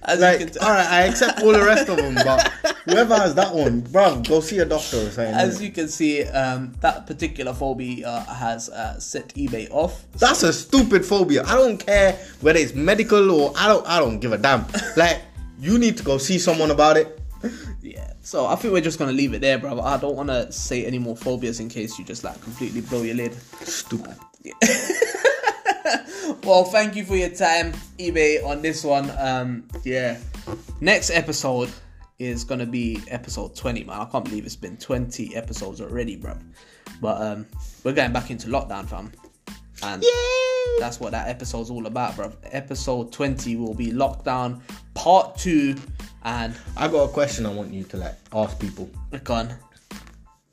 Speaker 1: As you can
Speaker 3: Like,
Speaker 1: tell-
Speaker 3: all right, I accept all the rest of them, but whoever has that one, bruv, go see a doctor or something.
Speaker 1: As
Speaker 3: innit?
Speaker 1: you can see, um, that particular phobia uh, has uh, set eBay off.
Speaker 3: That's a stupid phobia. I don't care whether it's medical or I don't. I don't give a damn. Like, you need to go see someone about it.
Speaker 1: Yeah. So I think we're just gonna leave it there, brother. I don't wanna say any more phobias in case you just like completely blow your lid.
Speaker 3: Stupid.
Speaker 1: Well, thank you for your time, eBay, on this one. Um, yeah. Next episode is gonna be episode 20, man. I can't believe it's been 20 episodes already, bro. But um, we're going back into lockdown, fam. And that's what that episode's all about, bro. Episode 20 will be lockdown part two, and
Speaker 3: I got a question I want you to like ask people.
Speaker 1: we're gone.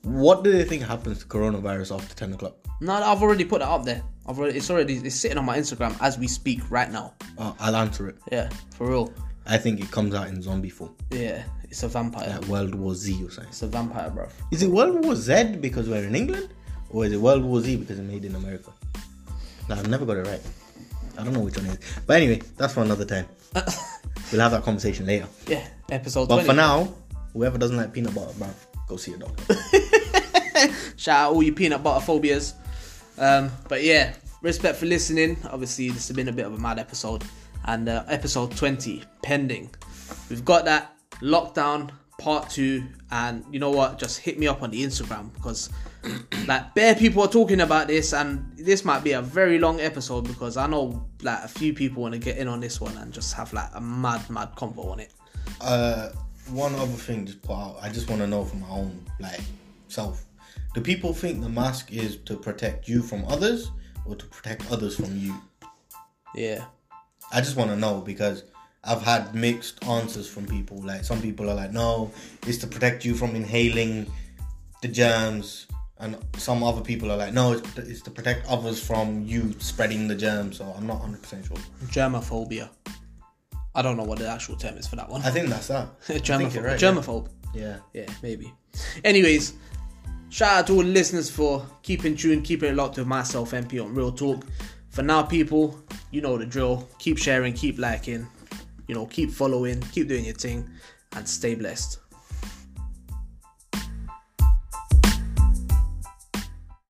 Speaker 3: What do they think happens to coronavirus after ten o'clock?
Speaker 1: No, I've already put that up there. I've already, it's already it's sitting on my Instagram as we speak right now.
Speaker 3: Uh, I'll answer it.
Speaker 1: Yeah, for real.
Speaker 3: I think it comes out in zombie form,
Speaker 1: Yeah, it's a vampire.
Speaker 3: like World War Z or something.
Speaker 1: It's a vampire, bro.
Speaker 3: Is it World War Z because we're in England, or is it World War Z because it's made in America? Nah, I've never got it right. I don't know which one it is. But anyway, that's for another time. we'll have that conversation later.
Speaker 1: Yeah, episode
Speaker 3: But
Speaker 1: 20.
Speaker 3: for now, whoever doesn't like peanut butter, bruv, go see a doctor.
Speaker 1: Shout out all your peanut butter phobias. Um, but yeah, respect for listening. Obviously, this has been a bit of a mad episode. And uh, episode 20 pending. We've got that lockdown part two. And you know what? Just hit me up on the Instagram because like bare people are talking about this. And this might be a very long episode because I know like a few people want to get in on this one and just have like a mad, mad convo on it.
Speaker 2: Uh, one other thing, just put out. I just want to know for my own like self. Do people think the mask is to protect you from others, or to protect others from you?
Speaker 1: Yeah.
Speaker 2: I just want to know because I've had mixed answers from people. Like some people are like, no, it's to protect you from inhaling the germs, and some other people are like, no, it's, it's to protect others from you spreading the germs. So I'm not 100 percent sure.
Speaker 1: Germophobia. I don't know what the actual term is for that one.
Speaker 2: I think that's that. I think
Speaker 1: Germaphobe.
Speaker 2: you're right,
Speaker 1: Germaphobe.
Speaker 2: Yeah.
Speaker 1: Yeah. maybe. Anyways, shout out to all the listeners for keeping tuned, keeping it locked with myself, MP on Real Talk. For now, people, you know the drill. Keep sharing, keep liking, you know, keep following, keep doing your thing, and stay blessed.